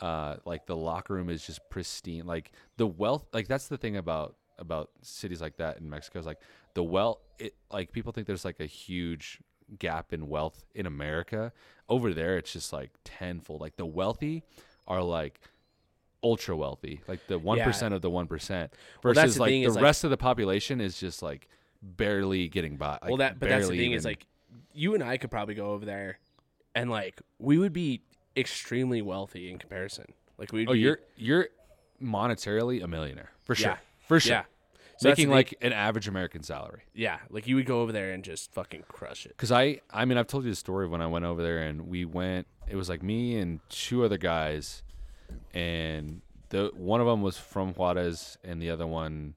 Uh, like the locker room is just pristine. Like the wealth, like that's the thing about about cities like that in Mexico is like the wealth. It like people think there's like a huge gap in wealth in America. Over there, it's just like tenfold. Like the wealthy are like ultra wealthy, like the one of the one percent.
Well,
Versus
that's the
like
thing
the
is, like-
rest of the population is just like barely getting by. like,
well, that but that's the
barely
thing is
even-
like you and I could probably go over there, and like we would be extremely wealthy in comparison. Like we'd
Oh,
be,
you're you're monetarily a millionaire for sure,
Yeah.
for sure.
yeah. So that's the
Making
thing-
like an average American salary.
yeah, like you would go over there and just fucking crush it.
Because I, I mean, I've told you the story of when I went over there and we went. It was like me and two other guys, and the one of them was from Juarez and the other one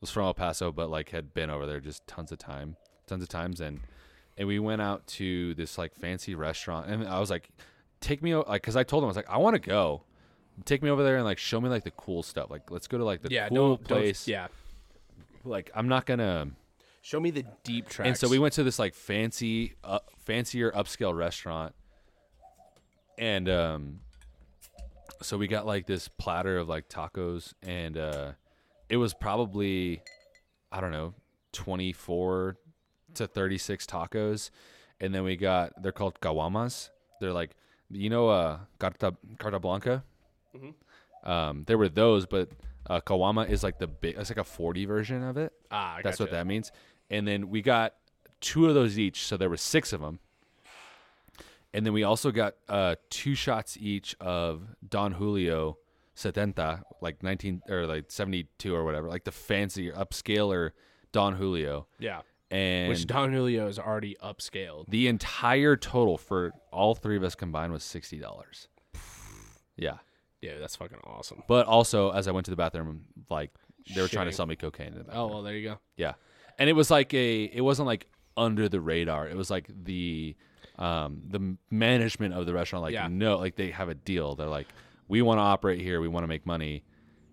was from El Paso, but like had been over there just tons of time, tons of times, and and we went out to this like fancy restaurant, and I was like, take me o- like, because I told him I was like, I want to go, take me over there and like show me like the cool stuff, like let's go to like the
Yeah,
cool
no
place,
Yeah,
like I'm not gonna.
show me the deep tracks.
And so we went to this like fancy, uh, fancier upscale restaurant, and um, so we got like this platter of like tacos, and uh, it was probably, I don't know, twenty four to thirty six tacos, and then we got they're called caguamas. They're like you know uh carta carta blanca.
Mm-hmm.
Um, there were those, but uh, kawama is like the big. It's like a forty version of it.
Ah, I
That's what
gotcha.
that means. And then we got two of those each, so there were six of them. And then we also got uh, two shots each of Don Julio Setenta, like nineteen or like seventy two or whatever, like the fancier upscaler Don Julio.
yeah,
And
which Don Julio is already upscaled.
the entire total for all three of us combined was sixty dollars. Yeah.
Yeah, that's fucking awesome.
But also as I went to the bathroom, like they were trying to
Shitting.
sell me cocaine in the bathroom.
Oh well, there you go.
Yeah. And it was like a it wasn't like under the radar. It was like the um the management of the restaurant like
Yeah.
no like they have a deal. They're like we want to operate here. We want to make money.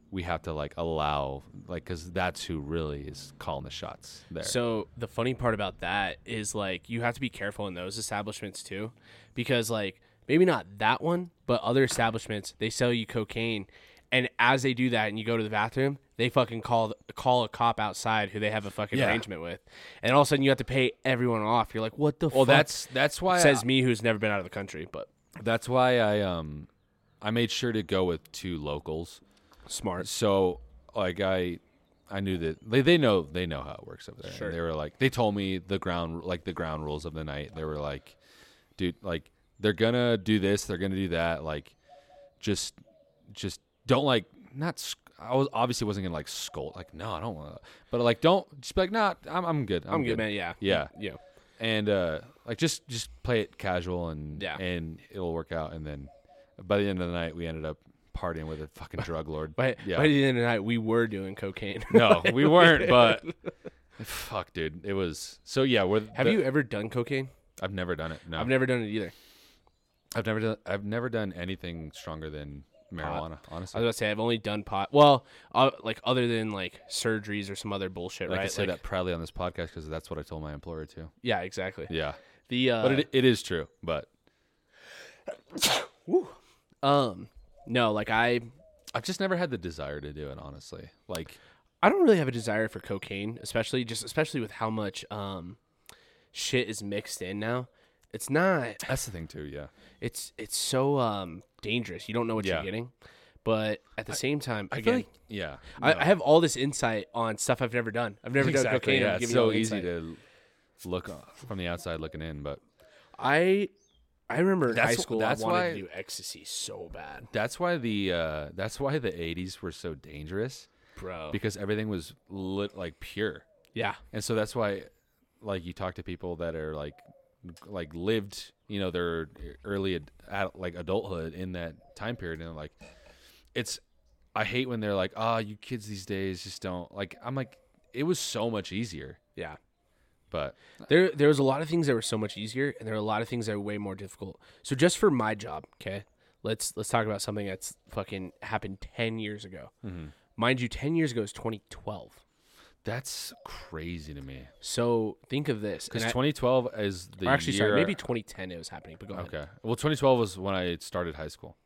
We have to like allow like cuz that's who really is calling the shots there.
So the funny part about that is like you have to be careful in those establishments too, because like maybe not that one, but other establishments they sell you cocaine, and as they do that and you go to the bathroom, they fucking call call a cop outside who they have a fucking
Yeah.
arrangement with, and all of a sudden you have to pay everyone off. You're like, what the?
well
fuck?
that's that's why
says me who's never been out of the country, but
that's why I um I made sure to go with two locals.
smart.
So like I I knew that they, they know they know how it works over there. And They were like they told me the ground like the ground rules of the night. They were like, dude, like they're gonna do this, they're gonna do that. Like just just don't like not. sc- I was obviously wasn't gonna like scold like no, I don't want to. But like don't just be like nah, I'm I'm good. I'm,
I'm good, man. Yeah,
Yeah
yeah.
and uh like just just play it casual and
Yeah.
and it'll work out and then by the end of the night we ended up partying with a fucking drug lord
By,
yeah
by the end of the night, we were doing cocaine.
no we weren't but Fuck, dude. It was so yeah. With
Have
the-
you ever done cocaine?
I've never done it. No,
I've never done it either.
I've never done. I've never done anything stronger than marijuana.
I
Honestly,
was about to say I've only done pot. Well, uh, like other than like surgeries or some other bullshit,
And I
right?
can say
Like-
that proudly on this podcast because that's what I told my employer too.
Yeah, exactly.
Yeah,
The uh,
but it, it is true. But
um, no, like I,
I've just never had the desire to do it. Honestly, like
I don't really have a desire for cocaine, especially just especially with how much um, shit is mixed in now. It's not.
that's the thing too. Yeah,
It's it's so um dangerous. You don't know what
Yeah.
you're getting. But at the same time,
I
again,
feel like yeah.
I, I have all this insight on stuff I've never done. I've never done cocaine. I'm
Yeah, it's
giving you all
so
the
easy
insight.
to look from the outside looking in, but
I I remember in high
That's wh-
school
that's
I wanted
why-
to do ecstasy so bad,
that's why the uh, that's why the '80s were so dangerous
bro.
because everything was lit like pure.
yeah,
And so that's why, like, you talk to people that are like, like lived, you know, their early ad, ad- like adulthood in that time period, and they're like, it's. I hate when they're like, "Ah, you kids these days just don't like." I'm like, it was so much easier,
yeah.
but
There there was a lot of things that were so much easier, and there were a lot of things that were way more difficult. So just for my job, okay, let's let's talk about something that's fucking happened ten years ago.
Mm-hmm.
Mind you, ten years ago is 2012.
that's crazy to me
So think of this.
because
and I-
2012 is the
or actually,
year.
sorry, maybe 2010 it was happening, but go ahead.
okay. Well, 2012 was when I started high school.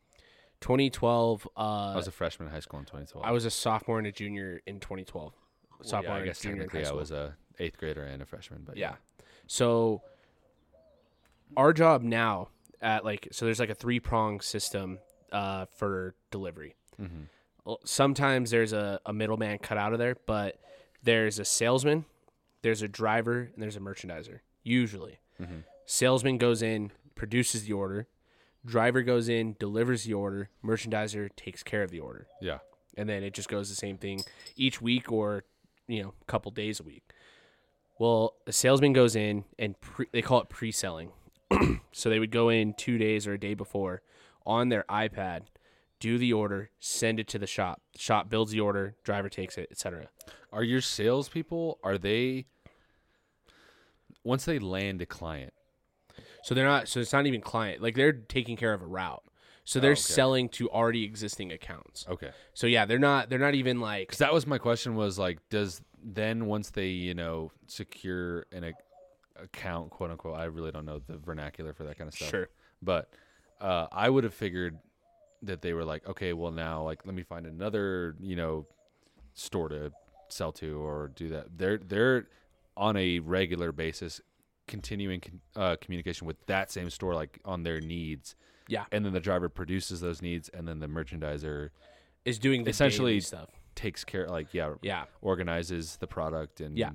2012. Uh,
I was a freshman in high school in 2012.
I was a sophomore and a junior in 2012.
Well,
Sophomore
yeah, I
and
guess
junior in
technically
high
I
school.
was a eighth grader and a freshman, but
Yeah. So our job now at like so there's like a three prong system uh, for delivery. Well, Sometimes there's a, a middleman cut out of there, but there's a salesman, there's a driver, and there's a merchandiser. Usually, salesman goes in, produces the order, driver goes in, delivers the order, merchandiser takes care of the order
yeah,
and then it just goes the same thing each week or you know a couple days a week well a salesman goes in and pre- they call it pre-selling so they would go in two days or a day before on their ipad do the order send it to the shop shop builds the order driver takes it etc
Are your salespeople? Are they once they land a client?
so they're not so it's not even client like they're taking care of a route so they're
Oh, okay.
selling to already existing accounts
Okay,
so yeah they're not they're not even like
because that was my question. Was like, does then once they you know secure an ac- account, quote unquote? I really don't know the vernacular for that kind of stuff.
Sure.
but uh, I would have figured that they were like, okay, well now like let me find another you know store to sell to or do that. They're they're on a regular basis continuing con- uh, communication with that same store like on their needs
yeah
and then the driver produces those needs and then the merchandiser
is doing the
Essentially-
essentially stuff
takes care like yeah
Yeah.
organizes the product and
Yeah.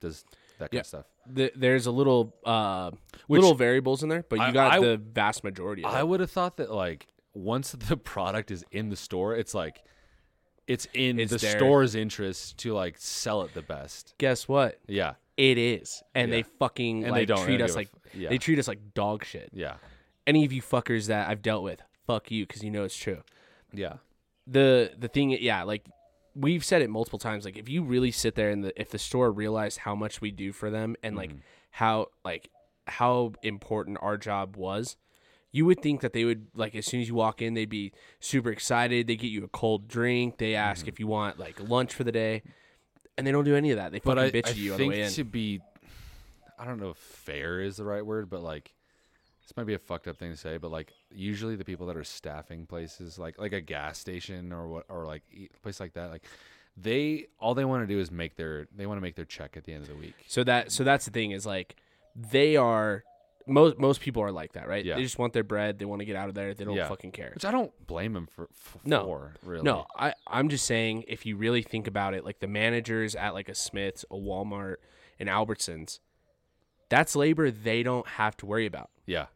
does that kind
Yeah.
of stuff
Th there's a little uh, little variables in there, but you
I-
got
I-
the vast majority. Of
i
it.
would have thought that like once the product is in the store it's like it's in
It's
the
there.
store's interest to like sell it the best
Guess what?
yeah
It is, and they fucking
And
like
they don't
treat
give
us
a
like
f- yeah.
they treat us like dog shit.
yeah
Any of you fuckers that I've dealt with, fuck you, because you know it's true.
yeah
the the thing yeah like we've said it multiple times like if you really sit there and the, if the store realized how much we do for them and
Mm-hmm.
like how like how important our job was you would think that they would like as soon as you walk in they'd be super excited they get you a cold drink they ask
Mm-hmm.
if you want like lunch for the day and they don't do any of that they
but
fucking
i,
bitch
I
at you on the
think
way in
to be i don't know if fair is the right word but like this might be a fucked up thing to say but like usually the people that are staffing places like like a gas station or what or like e- place like that like they all they want to do is make their they want to make their check at the end of the week
So that so that's the thing is like they are most most people are like that, right?
Yeah.
They just want their bread, they want to get out of there, they don't
Yeah.
fucking care.
which i don't blame them for, f-
No.
for really
No, I I'm just saying if you really think about it, like the managers at like a Smith's, a Walmart, and Albertsons, that's labor they don't have to worry about.
yeah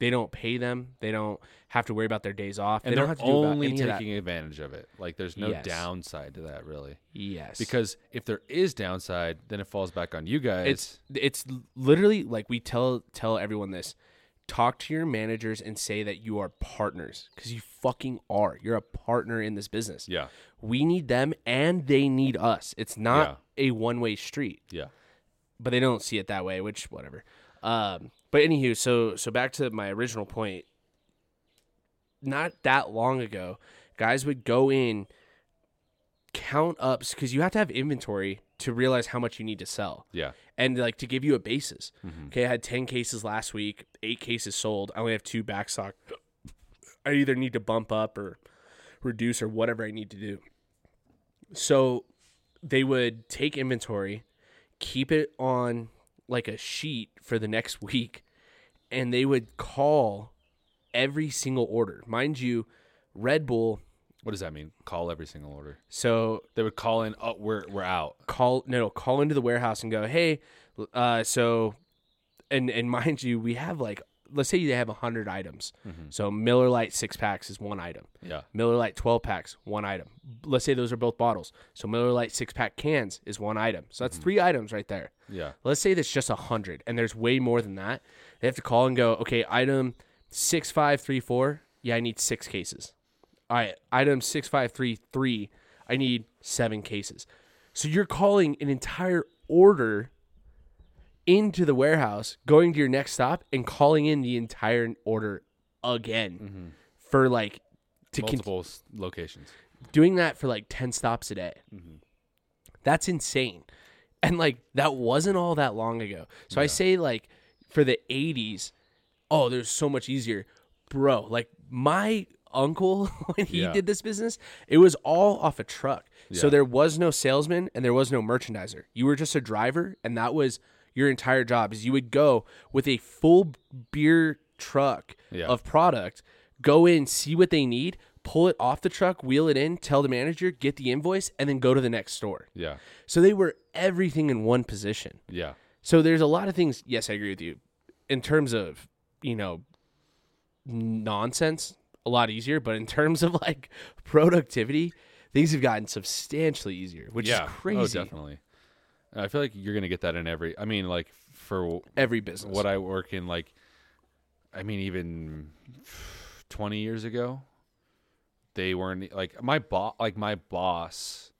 They don't pay them. They don't have to worry about their days off.
and
they
they are
don't have to do about
only
any of that.
taking advantage of it like there's no
Yes.
downside to that really
yes
because if there is downside then it falls back on you guys
it's it's literally like we tell tell everyone this talk to your managers and say that you are partners because you fucking are. You're a partner in this business.
Yeah.
We need them and they need us. It's not a one way street,
Yeah.
but they don't see it that way, which whatever. Um, but anywho, so so back to my original point. Not that long ago, guys would go in, count ups because you have to have inventory to realize how much you need to sell
Yeah.
and like to give you a basis. Okay, I had 10 cases last week, eight cases sold. I only have two back stock. I either need to bump up or reduce or whatever I need to do. So they would take inventory, keep it on like a sheet for the next week, and they would call every single order. Mind you, Red Bull,
What does that mean? Call every single order.
so
They would call in. Oh, we're we're out.
call no, no call into the warehouse and go hey uh so and and mind you we have like let's say they have 100 items so miller Lite six packs is one item
Yeah.
miller Lite 12 packs one item let's say those are both bottles so miller Lite six pack cans is one item so that's three items right there
Yeah.
let's say that's just 100 and there's way more than that they have to call and go okay item 6534 yeah i need six cases all right item 6533 i need seven cases so you're calling an entire order into the warehouse going to your next stop and calling in the entire order again for like to con-
Mm-hmm. Multiple s locations.
doing that for like 10 stops a day.
Mm-hmm.
That's insane. And like that wasn't all that long ago. So I say like for the 80s, oh, there's so much easier. Bro, like my uncle when he
Yeah.
did this business, it was all off a truck. So
Yeah.
there was no salesman and there was no merchandiser. You were just a driver and that was your entire job is you would go with a full beer truck
Yeah.
of product, go in, see what they need, pull it off the truck, wheel it in, tell the manager, get the invoice, and then go to the next store.
Yeah.
So they were everything in one position.
Yeah.
So there's a lot of things. Yes, I agree with you. In terms of, you know, nonsense, a lot easier. But in terms of like productivity, things have gotten substantially easier, which
yeah.
is crazy.
Oh, definitely. I feel like you're gonna get that in every. I mean, like for
Every business.
what I work in, like, I mean, even 20 years ago, they weren't e, like my boss, like my boss,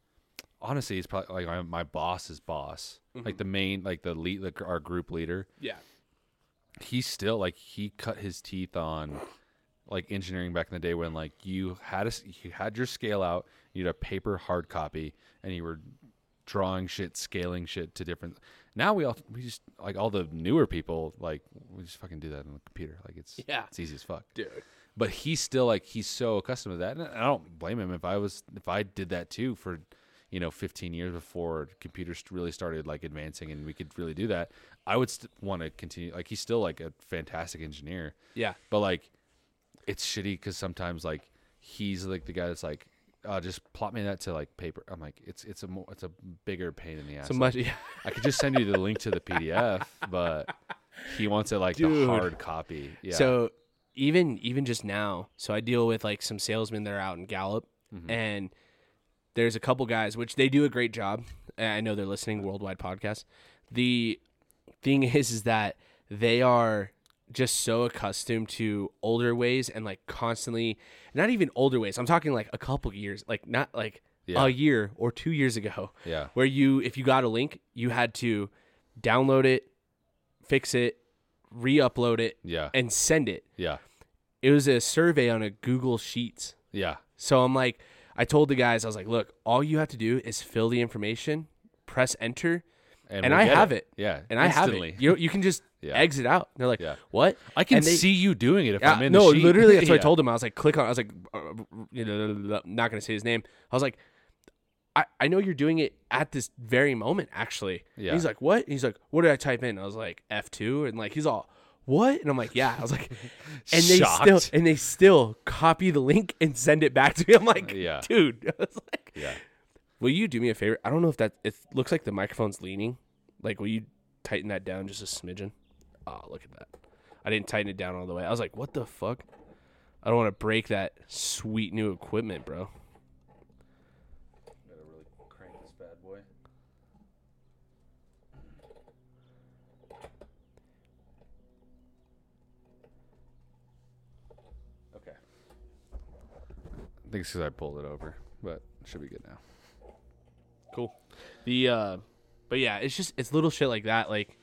honestly, he's probably like my, my boss's boss,
Mm-hmm.
like the main, like the lead, like our group leader.
yeah.
He still like, he cut his teeth on like engineering back in the day when like you had a, s- you had your scale out, you had a paper hard copy and you were drawing shit, scaling shit to different. Now we all we just like all the newer people like we just fucking do that on the computer. Like it's
Yeah.
it's easy as fuck.
Dude.
But he's still like he's so accustomed to that, and I don't blame him if I was if I did that too for you know 15 years before computers really started like advancing and we could really do that. I would st- want to continue. Like he's still like a fantastic engineer.
Yeah.
But like, it's shitty because sometimes like he's like the guy that's like, uh, just plot me that to like paper. I'm like, it's it's a mo- it's a bigger pain in the ass.
So much. Yeah.
I could just send you the link to the PDF, but he wants it like the
Dude.
hard copy. Yeah.
So even even just now, so I deal with like some salesmen that are out in Gallup,
Mm-hmm.
and there's a couple guys which they do a great job. and I know they're listening worldwide podcast. The thing is, is that they are just so accustomed to older ways and like constantly, not even older ways. I'm talking like a couple years, like not like
Yeah.
a year or two years ago.
Yeah.
Where you, if you got a link, you had to download it, fix it, re-upload it,
yeah.
and send it.
yeah.
It was a survey on a Google Sheets.
Yeah.
So I'm like, I told the guys, I was like, look, all you have to do is fill the information, press enter, and
we'll
I
get
have it.
Yeah.
and I have
instantly.
it. You you can just
Yeah.
exit out. And they're like,
Yeah.
what?
I can
And they-
see you doing it if
Yeah,
I'm in
no,
the sheet.
literally, that's what
Yeah.
I told him. I was like, click on. I was like, uh, you know, not gonna say his name. I was like, I, I know you're doing it at this very moment, actually. And
Yeah.
He's like, what? And he's like, what did I type in? I was like, F two, and like he's all, what? And I'm like, yeah. I was like, and they still
Shocked.
and they still copy the link and send it back to me. I'm like,
Yeah.
dude. I was like,
Yeah.
will you do me a favor? I don't know if that it looks like the microphone's leaning. Like, will you tighten that down just a smidgen? Oh, look at that. I didn't tighten it down all the way. I was like, what the fuck? I don't want to break that sweet new equipment, bro.
Crank this bad boy. I think it's because I pulled it over, but should be good now.
Cool. The uh but yeah, it's just it's little shit like that like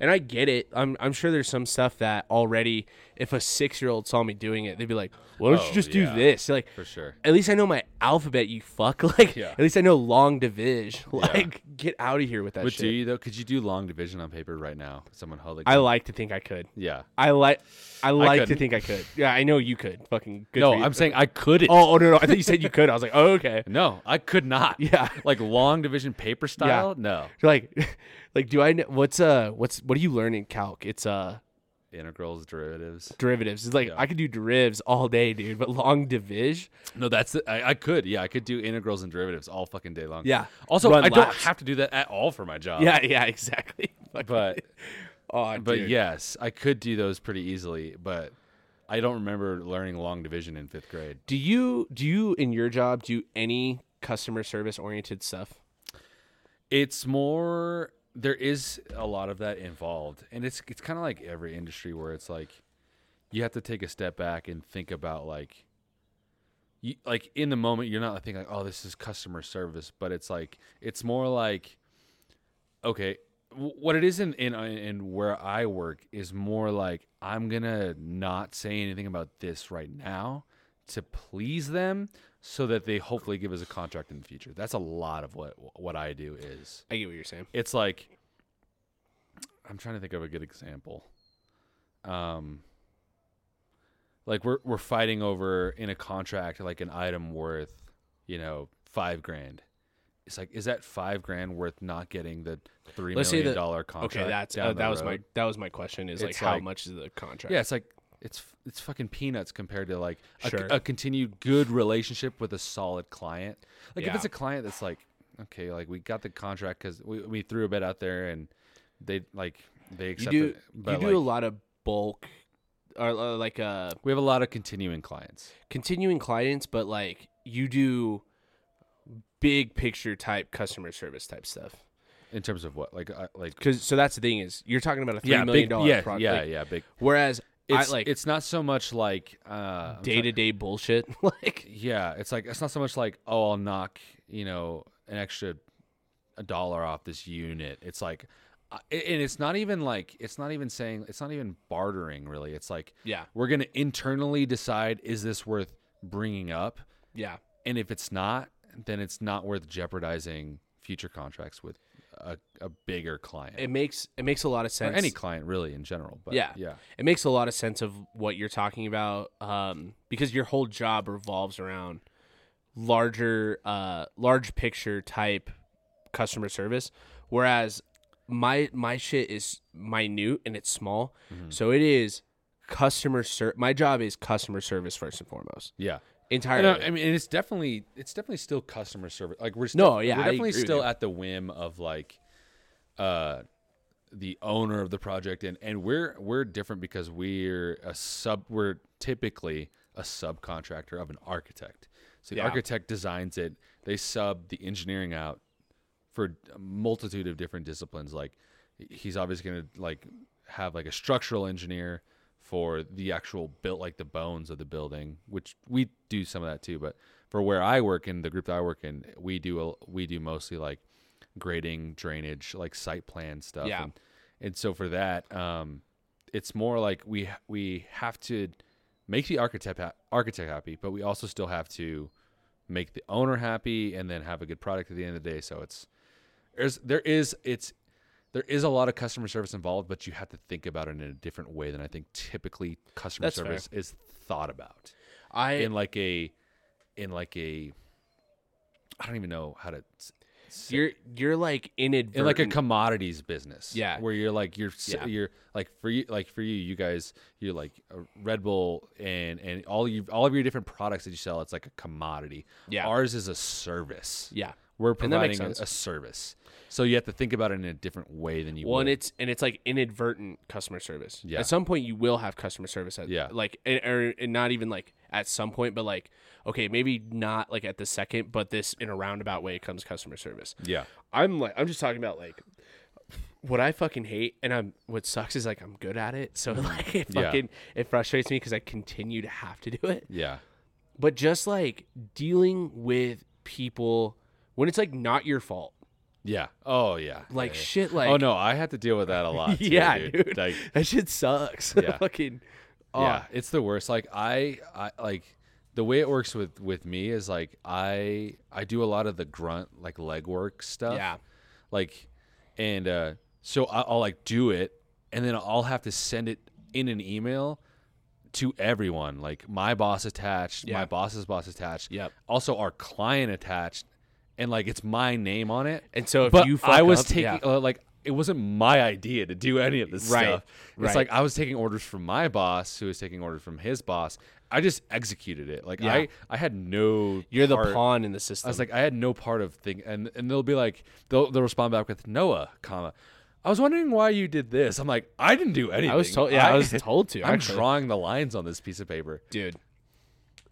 and I get it. I'm I'm sure there's some stuff that already if a 6-year-old saw me doing it, they'd be like, "Why don't
Oh,
you just
yeah.
do this?" Like
For sure.
At least I know my alphabet, you fuck. Like
Yeah.
at least I know long division. Like get out of here with that
But do
shit.
you though? Could you do long division on paper right now? Someone held it.
I like to think I could.
yeah.
I like I like to
couldn't.
think I could. Yeah, I know you could. Fucking good.
No,
for you.
I'm saying I couldn't.
Oh, oh no, no. I thought you said you could. I was like, "Oh, okay."
No, I could not.
Yeah.
Like long division paper style? No.
You're like like do I know what's uh what's what do you learn in calc? It's uh
Integrals, derivatives.
derivatives. It's like
Yeah.
I could do derivs all day, dude, but long division.
No, that's the, I, I could. Yeah, I could do integrals and derivatives all fucking day long.
Yeah.
Also,
Run
I don't
laps.
have to do that at all for my job.
Yeah, yeah, exactly. Like,
Uh. But
oh,
but
dude.
yes, I could do those pretty easily, but I don't remember learning long division in 5th grade.
do you do you in your job do any customer service oriented stuff?
It's more there is a lot of that involved. And it's it's kind of like every industry where it's like you have to take a step back and think about like you, like in the moment you're not thinking like oh this is customer service, but it's like it's more like okay, w- what it is in in uh, in where I work is more like I'm going to not say anything about this right now to please them so that they hopefully give us a contract in the future. That's a lot of what what I do is
I get what you're saying.
it's like I'm trying to think of a good example. Um like we're we're fighting over in a contract like an item worth, you know, 5 grand. It's like is that 5 grand worth not getting the three
Let's say
million
that-
dollar contract?
Okay, that's
down
uh,
the
that was
road?
my that was my question is like
It's
how
like-
much is the contract?
Yeah, it's like it's it's fucking peanuts compared to like a,
Sure.
a continued good relationship with a solid client. Like if it's
Yeah.
a client that's like, okay, like we got the contract because we, we threw a bid out there and they like they
You
accept
do
it. But
you do
like,
a lot of bulk or uh, like uh
we have a lot of continuing clients.
continuing clients, but like you do big picture type customer service type stuff.
In terms of what, like, uh, like
Cause so that's the thing is you're talking about a three
yeah,
million
big,
dollar
yeah,
product.
yeah,
like,
yeah, big.
Whereas
It's
I like
it's not so much like uh, I'm trying-
day to day bullshit. like
Yeah, it's like it's not so much like oh I'll knock you know an extra a dollar off this unit. It's like, I- and it's not even like it's not even saying it's not even bartering really. It's like
Yeah.
we're gonna internally decide is this worth bringing up,
yeah,
and if it's not, then it's not worth jeopardizing future contracts with a, a bigger client
it makes it makes a lot of
or
sense.
any client really in general. But
yeah,
yeah,
it makes a lot of sense of what you're talking about um, because your whole job revolves around larger, uh, large picture type customer service. Whereas my my shit is minute and it's small,
Mm-hmm.
so it is customer ser. My job is customer service first and foremost.
yeah.
Entirely.
No, I mean, and uh, it's definitely it's definitely still customer service. Like we're
No,
still,
yeah,
we're
I
definitely
agree with
still
you.
at the whim of like, uh, the owner of the project, and and we're we're different because we're a sub. We're typically a subcontractor of an architect. So the
Yeah.
architect designs it. They sub the engineering out for a multitude of different disciplines. Like he's obviously going to like have like a structural engineer for the actual built like the bones of the building, which we do some of that too. But for where I work in the group that I work in, we do a, we do mostly like grading, drainage, like site plan stuff.
Yeah.
And, and so for that, um, it's more like we we have to make the architect ha- architect happy, but we also still have to make the owner happy and then have a good product at the end of the day. So it's there's there is it's there is a lot of customer service involved, but you have to think about it in a different way than I think typically customer
That's fair.
service is thought about
I
in like a in like a I don't even know how to s- say-
you're you're like inadvertent.
in like a commodities business.
Yeah.
where you're like you're s
Yeah.
you're like for you like for you you guys you're like a Red Bull and and all you all of your different products that you sell it's like a commodity.
Yeah.
ours is a service.
yeah.
We're
And that makes
providing a,
sense.
a service, so you have to think about it in a different way than you
Well,
would.
and it's and it's like inadvertent customer service.
Yeah.
At some point, you will have customer service. At,
Yeah.
Like, and, or and not even like at some point, but like, okay, maybe not like at the second, but this in a roundabout way comes customer service.
yeah,
I'm like, I'm just talking about like what I fucking hate, and I'm what sucks is like I'm good at it, so like it
Mm-hmm. Yeah.
fucking it frustrates me because I continue to have to do it.
yeah.
but just like dealing with people when it's like not your fault.
Yeah. Oh yeah.
Like
Yeah, yeah.
shit like
oh no, I had to deal with that a lot. too,
yeah,
dude.
dude.
Like
that shit sucks.
Yeah.
Fucking
yeah, Ah, it's the worst. Like I, I like the way it works with with me is like I I do a lot of the grunt like legwork stuff.
Yeah.
Like, and uh, so I, I'll like do it, and then I'll have to send it in an email to everyone. Like my boss attached,
Yeah.
my boss's boss attached.
Yep.
Also our client attached, and like it's my name on it.
And so if
but
you fuck
I was
up-
taking
yeah.
uh, like it wasn't my idea to do any of this
Right,
stuff. It's
right.
like I was taking orders from my boss, who was taking orders from his boss. I just executed it. Like
Yeah.
I, I had no.
you're the
part-
pawn in the system.
I was like, I had no part of thing, and and they'll be like, they'll they'll respond back with Noah, comma. I was wondering why you did this. I'm like, I didn't do anything.
was told- yeah, I was told to,
I'm
actually.
drawing the lines on this piece of paper.
dude.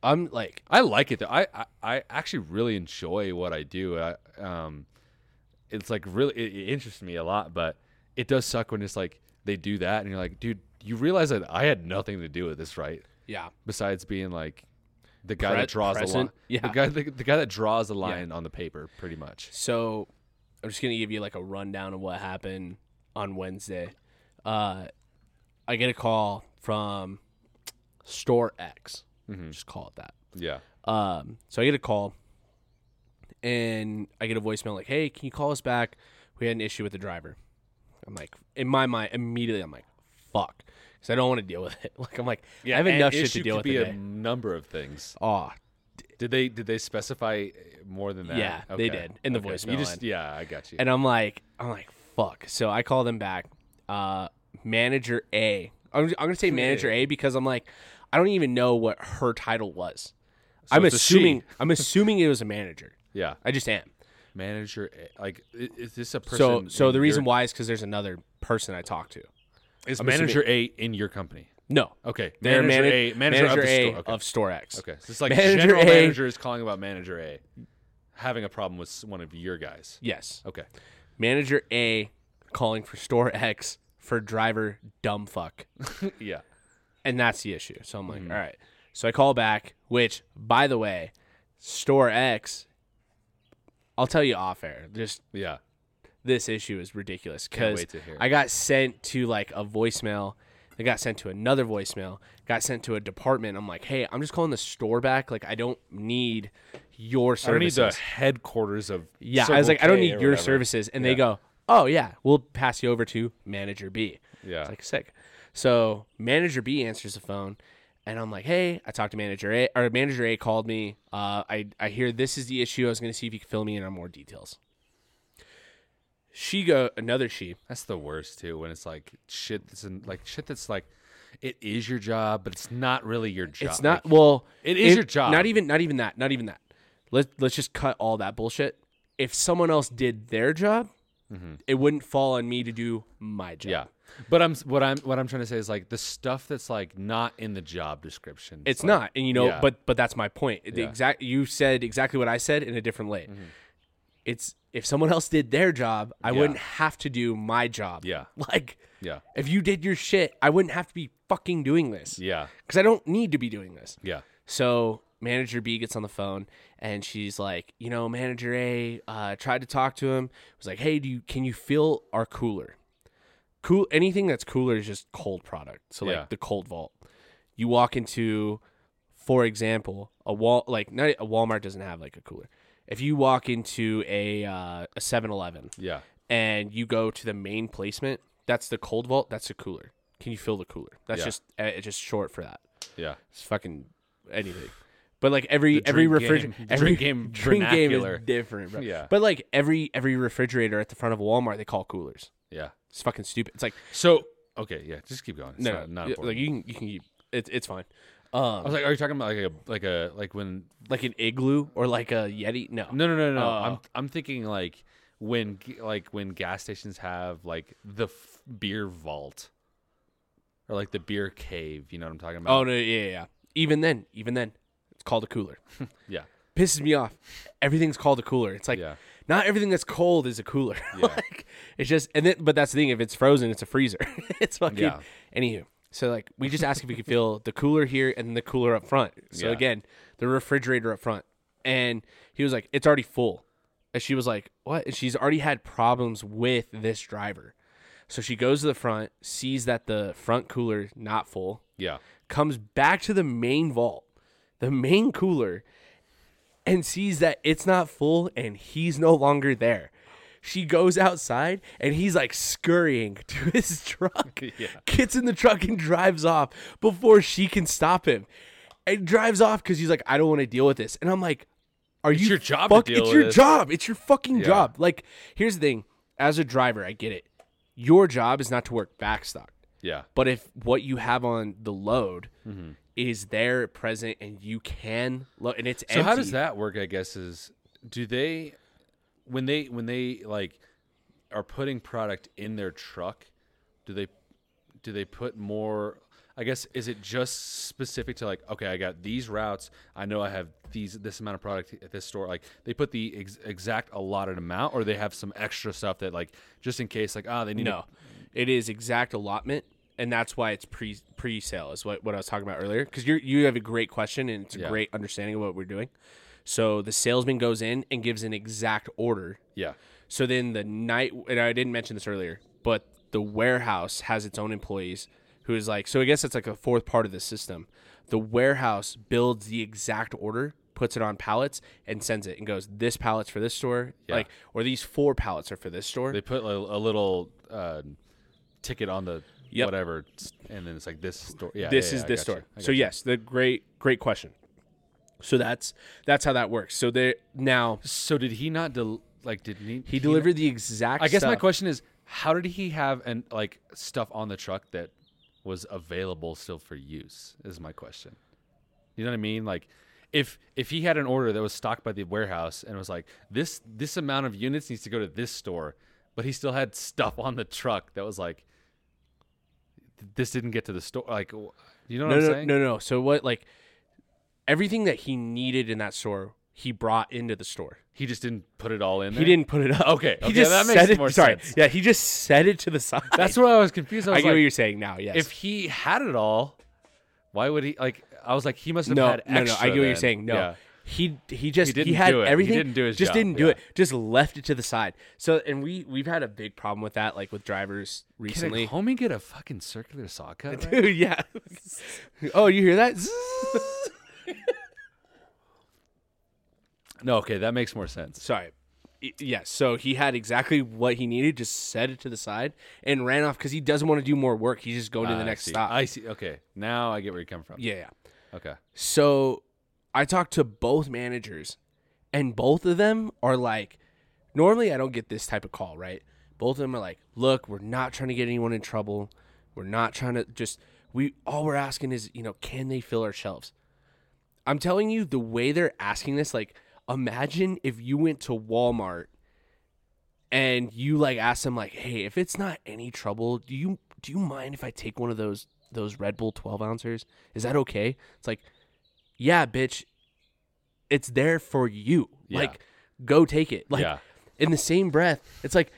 I'm like
I like it though. I, I, I actually really enjoy what I do. I, um, it's like really it, it interests me a lot, but it does suck when it's like they do that and you're like, dude, you realize that I had nothing to do with this, right?
yeah.
Besides being like the guy
Pre-
that draws the line,
present? Yeah.
the guy the, the guy that draws the line on the paper, pretty much.
So I'm just gonna give you like a rundown of what happened on Wednesday. Uh, I get a call from Store X. Just call it that.
Yeah,
Um, so I get a call, and I get a voicemail like, "Hey, can you call us back? We had an issue with the driver." I'm like, in my mind, immediately I'm like, "Fuck," because I don't want to deal with it. Like I'm like, I have enough shit to deal with
Could be a
today.
number of things.
Aw,
Did they did they specify more than that?
Yeah, they did, in the voicemail
You just
line.
yeah, I got you.
And I'm like, I'm like, fuck. So I call them back. Uh, manager A. I'm, I'm gonna say manager A because I'm like, I don't even know what her title was. I'm
it's a she.
assuming I'm assuming it was a manager.
yeah,
I just am.
manager eh, like i- is this a
So
person
so
in
the reason
your-
why is because there's another person I talked to.
is
I'm
manager a in your company
No.
okay
They're
manager
manager
a manager, of the
A
store okay.
of Store X.
okay so it's like
Manager
general
A-
manager is calling about manager a having a problem with s- one of your guys
Yes.
okay
Manager A calling for Store X for driver dumb fuck.
yeah
and that's the issue. So I'm like,
Mm-hmm.
all right. So I call back, which by the way, Store X, I'll tell you off air. Just
yeah
this issue is ridiculous because
wait to hear.
I got sent to like a voicemail. I got sent to another voicemail. Got sent to a department. I'm like, hey, I'm just calling the store back. Like, I don't need your services.
i don't need the headquarters of
Yeah, I
Circle
was like, I don't
K
need
or
your
whatever.
services, and
Yeah.
they go, "Oh yeah, we'll pass you over to manager B."
Yeah.
it's like sick. So manager B answers the phone, and I'm like, "Hey," I talked to manager A, or manager A called me. Uh, I I hear this is the issue. I was going to see if you could fill me in on more details. She go another she.
that's the worst too when it's like shit that's in, like shit that's like it is your job but it's not really your job
It's not
Like,
well.
It is your job.
Not even not even that. Not even that. Let let's just cut all that bullshit. If someone else did their job, it wouldn't fall on me to do my job.
Mm-hmm. yeah but i'm what i'm what i'm trying to say is like the stuff that's like not in the job description
It's
like,
not, and you know,
yeah.
but but that's my point. The
Yeah. Mm-hmm.
exact you said exactly what I said in a different way. It's if someone else did their job, I
Yeah.
wouldn't have to do my job.
Yeah.
like
yeah
if you did your shit, I wouldn't have to be fucking doing this.
yeah
because I don't need to be doing this.
yeah
So manager B gets on the phone and she's like, you know, manager A uh, tried to talk to him. Was like, hey, do you can you fill our cooler? Cool. Anything that's cooler is just cold product. So like
Yeah.
the cold vault. You walk into, for example, a wall like not a Walmart doesn't have like a cooler. If you walk into a uh, a Seven Eleven
Yeah.
and you go to the main placement, that's the cold vault. That's the cooler. Can you fill the cooler? That's
Yeah.
just uh, it's just short for that.
Yeah.
It's fucking anything. But like every every
drink
refrigerator,
game- the
every
drink game
drink game
vernacular.
is different. Bro.
Yeah.
But like every every refrigerator at the front of Walmart, they call coolers.
Yeah.
It's fucking stupid. It's like
So okay, yeah, just keep going. It's
no,
not, not
no, like
important.
you can you can keep it's it's fine. Um,
I was like, are you talking about like a like a like when?
Like an igloo or like a yeti. No,
No, no, no, no.
Oh.
I'm I'm thinking like when g- like when gas stations have like the f- beer vault or like the beer cave. You know what I'm talking about?
Oh no, yeah, yeah, yeah. Even then, even then, it's called a cooler.
yeah,
Pisses me off. Everything's called a cooler. It's like
Yeah.
not everything that's cold is a cooler. like it's just and then but that's the thing. If it's frozen, it's a freezer. it's fucking.
Yeah.
Anywho, So like we just asked if we could fill the cooler here and the cooler up front. So
Yeah.
again, the refrigerator up front. And he was like, It's already full. And she was like, What? And she's already had problems with this driver. So she goes to the front, sees that the front cooler not full,
Yeah.
comes back to the main vault, the main cooler, and sees that it's not full and he's no longer there. She goes outside and he's like scurrying to his truck, gets in the truck and drives off before she can stop him. And drives off because he's like, I don't want to deal with this. And I'm like, Are you
your job to
Fuck,
deal
it's
with
your
this."
job. It's your fucking
Yeah.
job. Like, here's the thing: as a driver, I get it. Your job is not to work back stock.
Yeah.
But if what you have on the load
Mm-hmm.
is there present and you can load and it's
So
empty,
how does that work? I guess is do they when they when they like are putting product in their truck, do they do they put more? I guess is it just specific to like okay, I got these routes. I know I have these this amount of product at this store. Like they put the ex- exact allotted amount, or they have some extra stuff that like just in case like ah they need to-
No, it is exact allotment, and that's why it's pre pre sale is what, what I was talking about earlier. Because you you have a great question and it's a
Yeah.
great understanding of what we're doing. So the salesman goes in and gives an exact order.
yeah
So then the night, and I didn't mention this earlier, but the warehouse has its own employees who is like, so I guess that's like a fourth part of the system. The warehouse builds the exact order, puts it on pallets, and sends it and goes, this pallet's for this store, like, or these four pallets are for this store.
they put a, a little uh, ticket on the
Yep.
whatever, and then it's like this store. Yeah,
this
yeah,
is
yeah, I
this
gotcha.
store.
I
So yes, the great, great question. So that's that's how that works. So there now
So did he not del- like? Did he?
he delivered the exact.
I guess my
stuff.
question is, how did he have and like stuff on the truck that was available still for use? Is my question. You know what I mean? Like, if if he had an order that was stocked by the warehouse and was like this this amount of units needs to go to this store, but he still had stuff on the truck that was like this didn't get to the store. Like, w- you know what
no,
I'm
no,
saying?
no, no. So what? Like everything that he needed in that store, he brought into the store.
He just didn't put it all in.
He
there?
didn't put it up.
Okay,
he
okay,
just
that makes
set it,
more
sorry.
sense.
Yeah, he just set it to the side.
That's what I was confused. I
I
was
get
like,
what you're saying now. Yes.
if he had it all, why would he like? I was like, he must have
no,
had
no, no. I
extra
get what you're
then.
saying. No.
Yeah.
He, he just he,
didn't
had
do it. He
everything
didn't do his
just
job.
didn't do
Yeah.
it just left it to the side so and we we've had a big problem with that like with drivers
Can
recently
a homie get a fucking circular saw cut? right?
Dude, yeah. oh, you hear that?
No, okay, that makes more sense.
Sorry. Y- Yes. So he had exactly what he needed, just set it to the side and ran off because he doesn't want to do more work. He's just going to
Ah, I
the next
see.
stop.
I see. Okay, now I get where you come from.
yeah, yeah.
Okay.
So I talked to both managers, and both of them are like, normally I don't get this type of call, right? Both of them are like, look, we're not trying to get anyone in trouble. We're not trying to just, we, all we're asking is, you know, can they fill our shelves? I'm telling you, the way they're asking this, like, imagine if you went to Walmart and you like asked them like, hey, if it's not any trouble, do you do you mind if I take one of those those Red Bull 12 ounces? Is that okay? It's like, yeah, bitch, it's there for you.
Yeah.
Like, go take it. Like
Yeah.
in the same breath, it's like,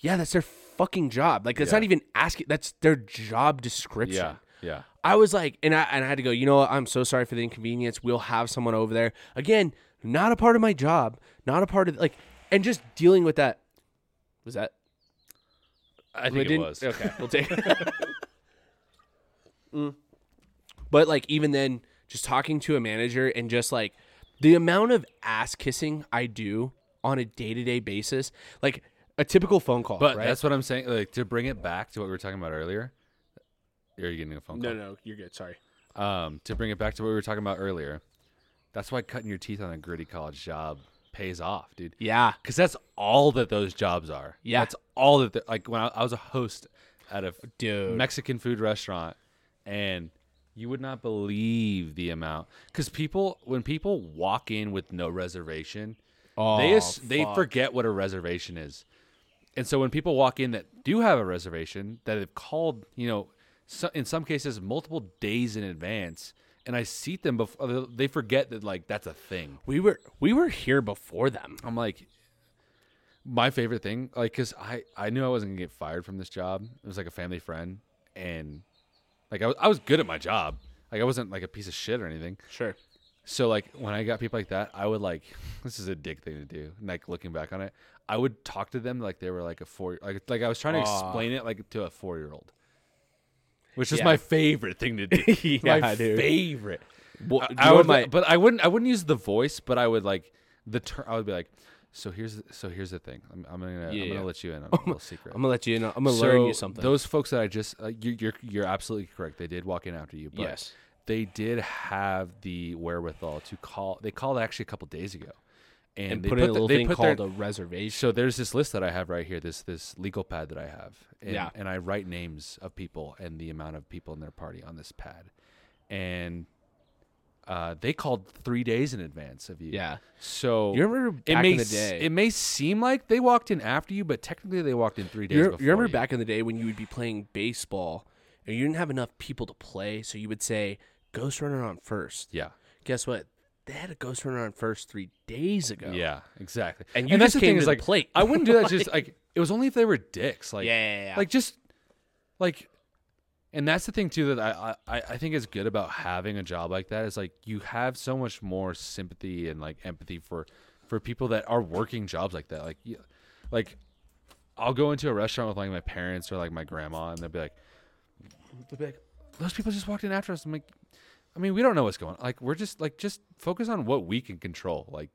yeah, that's their fucking job. Like that's
Yeah.
not even asking. That's their job description.
Yeah. Yeah.
I was like, and I and I had to go. You know what? I'm so sorry for the inconvenience. We'll have someone over there again. Not a part of my job. Not a part of like, and just dealing with that. Was that?
I think it
didn't-
was.
Okay, we'll take. Mm. But like even then, just talking to a manager and just like the amount of ass kissing I do on a day to day basis, like a typical phone call.
But
right?
that's what I'm saying. Like to bring it back to what we were talking about earlier. Are you getting a phone call?
no, no, you're good. Sorry.
Um, to bring it back to what we were talking about earlier, that's why cutting your teeth on a gritty college job pays off, dude.
Yeah,
Because that's all that those jobs are.
Yeah.
That's all that, they're- like, when I, I was a host at a
Dude.
Mexican food restaurant, and you would not believe the amount. Because people, when people walk in with no reservation,
Oh,
they, as- they forget what a reservation is. And so when people walk in that do have a reservation, that have called, you know, so, in some cases multiple days in advance, and I seat them before, they forget that, like, that's a thing.
we were we were here before them.
I'm like, my favorite thing, like, cause I I knew I wasn't gonna get fired from this job. It was like a family friend, and Like I was, I was good at my job. Like I wasn't like a piece of shit or anything.
Sure.
So like when I got people like that, I would like this is a dick thing to do. and, Like looking back on it, I would talk to them like they were like a four like like I was trying to explain it like to a four year old, which is
Yeah.
my favorite thing to do. my
Yeah, dude.
favorite.
Well,
I-
do you
I
know
would,
what my-
but I wouldn't. I wouldn't use the voice, but I would like the ter- I would be like, so here's the, so here's the thing. I'm, I'm gonna
Yeah,
I'm
yeah.
gonna let you in on a little secret.
I'm gonna let you know. I'm gonna learn you
So
something.
Those folks that I just uh, you, you're you're absolutely correct. They did walk in after you. But
Yes.
they did have the wherewithal to call. They called actually a couple days ago, and,
and
they
put in a
the-
little
they
thing
put
called
their,
a reservation.
so there's this list that I have right here, this this legal pad that I have, and,
Yeah.
and I write names of people and the amount of people in their party on this pad, and uh, they called three days in advance of you.
Yeah.
So
You remember back
may
in the
s-
day-
it may seem like they walked in after you, but technically they walked in three days.
You,
before
you remember
you.
back in the day when you would be playing baseball and you didn't have enough people to play, so you would say ghost runner on first.
Yeah.
Guess what? They had a ghost runner on first three days ago.
Yeah, exactly.
And you
that's
just
the
came
thing
to
is,
the
like,
plate.
I wouldn't do that. Just like it was only if they were dicks. Like
Yeah, yeah, yeah.
like just like, and that's the thing too that I I I- I think is good about having a job like that is like you have so much more sympathy and like empathy for for people that are working jobs like that. Like you, like I'll go into a restaurant with like my parents or like my grandma and they'll be like, they'll be like those people just walked in after us. I'm like. I mean, we don't know what's going on. Like, we're just like just focus on what we can control. Like,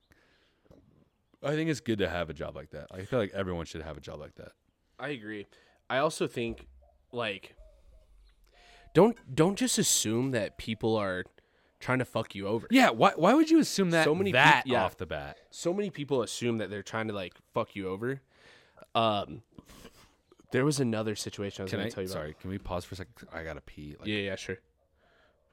I think it's good to have a job like that. I feel like everyone should have a job like that.
I agree. I also think like don't don't just assume that people are trying to fuck you over.
Yeah, why why would you assume that
So many peop-
that
yeah.
off the bat?
so many people assume that they're trying to like fuck you over. Um, there was another situation I was
Can
going
I
to tell you
sorry, can we pause for a second? I gotta pee. Like,
about. Yeah, yeah, sure.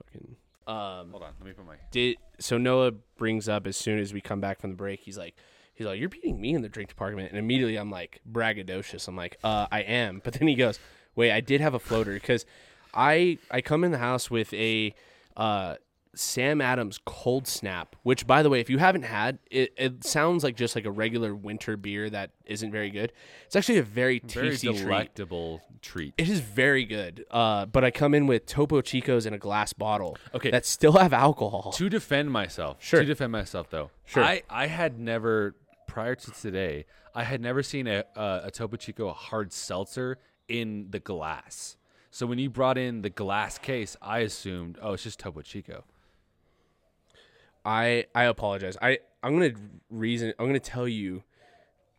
Fucking. Um,
hold on, let me put my
did so Noah brings up as soon as we come back from the break. He's like, he's like, you're beating me in the drink department, and immediately I'm like braggadocious. I'm like, uh, I am. But then he goes, wait, I did have a floater because I I come in the house with a uh. Sam Adams Cold Snap, which by the way, if you haven't had, it, it sounds like just like a regular winter beer that isn't very good. It's actually a very
very
tasty treat.
delectable treat.
It is very good. Uh, but I come in with Topo Chicos in a glass bottle.
Okay.
that still have alcohol.
To defend myself,
Sure.
To defend myself, though,
Sure.
I, I had never prior to today, I had never seen a a, a Topo Chico hard seltzer in the glass. So when you brought in the glass case, I assumed, oh, it's just Topo Chico.
I I apologize. I I'm gonna reason. I'm gonna tell you.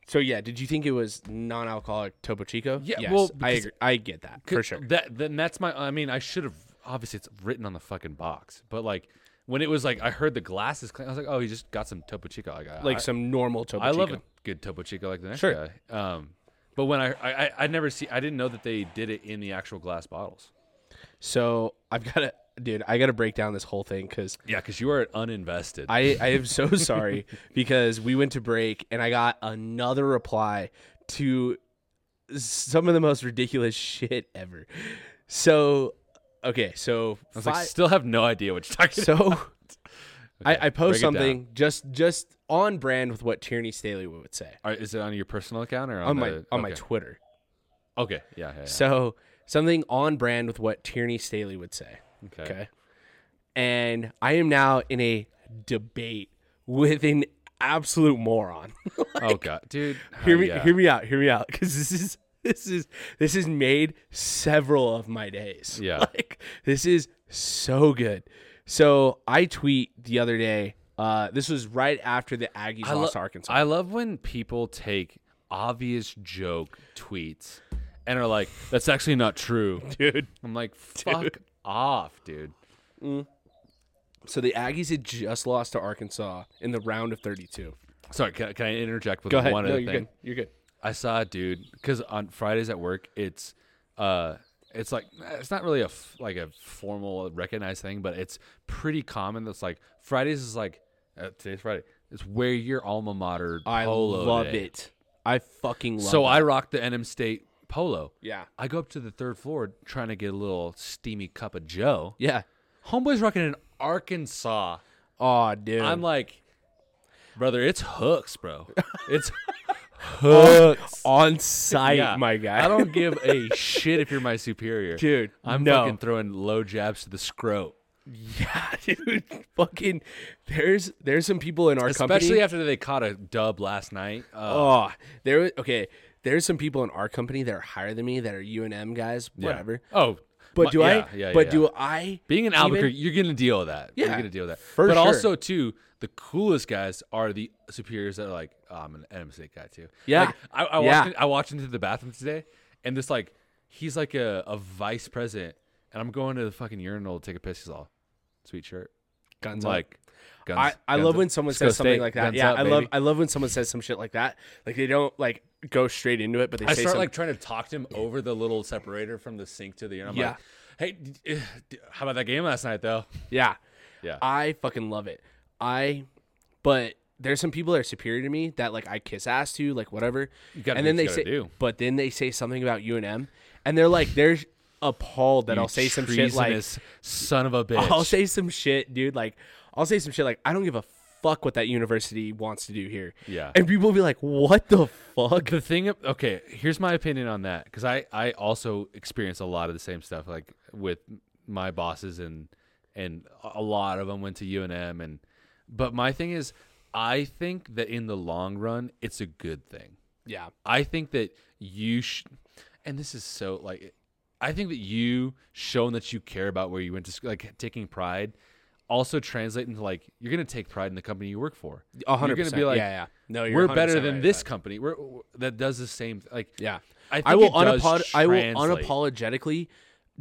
So yeah, did you think it was non-alcoholic Topo Chico?
Yeah,
Yes,
well,
I
because-
agree. I get that for sure.
That then that's my. I mean, I should have. Obviously, it's written on the fucking box. But like when it was like, I heard the glasses. clang, I was like, oh, he just got some Topo Chico. Like, I-
Like
I,
some normal Topo
I
Chico.
love a good Topo Chico like the next
Sure.
guy. Um, but when I, I I I never see. I didn't know that they did it in the actual glass bottles.
So I've got to, dude. I got to break down this whole thing because
Yeah, because you are uninvested.
I I am so sorry because we went to break and I got another reply to some of the most ridiculous shit ever. So okay, so
I was like, still have no idea what you're talking about.
so I, I post
break it down.
something just just on brand with what Tierney Staley would say
All right, is it on your personal account or on,
on my
the-
on my
okay.
Twitter.
Okay, yeah, yeah, yeah.
So something on brand with what Tierney Staley would say.
Okay.
Okay. And I am now in a debate with an absolute moron.
oh god, dude.
hear
oh,
me
yeah.
hear me out, hear me out cuz this is this is this has made several of my days.
Yeah.
Like this is so good. So I tweet the other day uh, this was right after the Aggies
lo-
lost to Arkansas.
I love when people take obvious joke tweets and are like, "That's actually not true, dude." I'm like, "Fuck off, dude."
so the Aggies had just lost to Arkansas in the round of 32.
Sorry, can, can I interject with
Go ahead.
one
no,
other
you're
thing?
good. You're good.
I saw a dude because on Fridays at work, it's uh, it's like it's not really a f- like a formal recognized thing, but it's pretty common. That's like Fridays is like uh, today's Friday. It's where your alma mater.
I
polo
love
day.
it. I fucking love
So
it.
I rocked the NM State polo.
Yeah.
I go up to the third floor trying to get a little steamy cup of Joe.
yeah.
Homeboy's rocking an Arkansas.
Oh, dude.
I'm like, brother, it's hooks, bro. It's hooks.
on site,
"Oh." Yeah.
my guy.
I don't give a shit if you're my superior,
Dude,
I'm
no.
fucking throwing low jabs to the scrote,
yeah, dude. Fucking, there's there's some people in our
especially
company.
after they caught a dub last night. Uh,
oh, there. Okay, there's some people in our company that are higher than me that are UNM guys,
yeah.
whatever.
Oh,
But
my-
do
yeah,
I?
yeah,
but
yeah.
do I?
Being in
even-
Albuquerque, you're gonna deal with that.
Yeah,
you're gonna deal with that.
for
but
sure.
also too, the coolest guys are the superiors that are like, oh, I'm an NM State guy too.
Yeah.
Like, I, I
Yeah.
walked in, I walked into the bathroom today, and this like, he's like a, a vice president, and I'm going to the fucking urinal to take a piss. He's all, sweet shirt,
Guns
I'm
up.
like, guns,
I, I
guns
love
up.
when someone
Let's go
says something
state.
like that.
Guns
yeah,
up,
I love
baby.
I love when someone says some shit like that. Like they don't like go straight into it, but they
I
say
start
something.
like trying to talk to him over the little separator from the sink to the urinal. I'm
Yeah.
like, hey, d- eh, d- how about that game last night though?
yeah,
Yeah.
I fucking love it. I, but there's some people that are superior to me that like I kiss ass to, like whatever. You
gotta
and
do
then
what
they
you
say,
gotta do.
but then they say something about UNM, and they're like, they're appalled that I'll say some shit like,
Treasonous son of a bitch.
I'll say some shit, dude. Like, I'll say some shit like, I don't give a fuck what that university wants to do here.
Yeah.
and people will be like, what the fuck?
the thing ab- okay here's my opinion on that because i i also experience a lot of the same stuff like with my bosses and and a lot of them went to unm and but my thing is i think that in the long run it's a good thing
Yeah,
i think that you sh- and this is so like i think that you showing that you care about where you went to school like taking pride also translate into like you're gonna take pride in the company you work for
a hundred
you're gonna
percent.
be like
yeah, yeah. No, you're
we're
100%
better
right
than
about
this
that.
company. We're, that does the same. th- Like,
Yeah,
I, think
I will
it does
unapolog- I will
translate.
unapologetically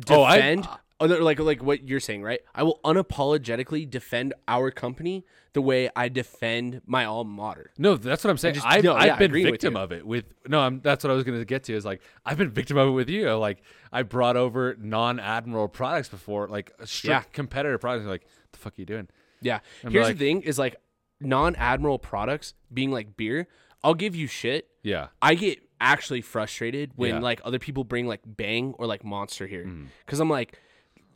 Oh, I-
defend. Oh, no, like like what you're saying, right? I will unapologetically defend our company the way I defend my alma mater.
No, that's what I'm saying.
just-
I've,
no,
I've
yeah, I
been
agree with
victim
you.
of it with no. I'm, that's what I was going to get to. Is like I've been victim of it with you. Like I brought over non-admiral products before, like a strict
Yeah.
competitor products. Like the fuck are you doing?
Yeah.
And
Here's
like-
the thing: is like non admiral products being like beer. I'll give you shit.
Yeah,
I get actually frustrated when
Yeah. Mm.
like other people bring like Bang or like Monster here because I'm like,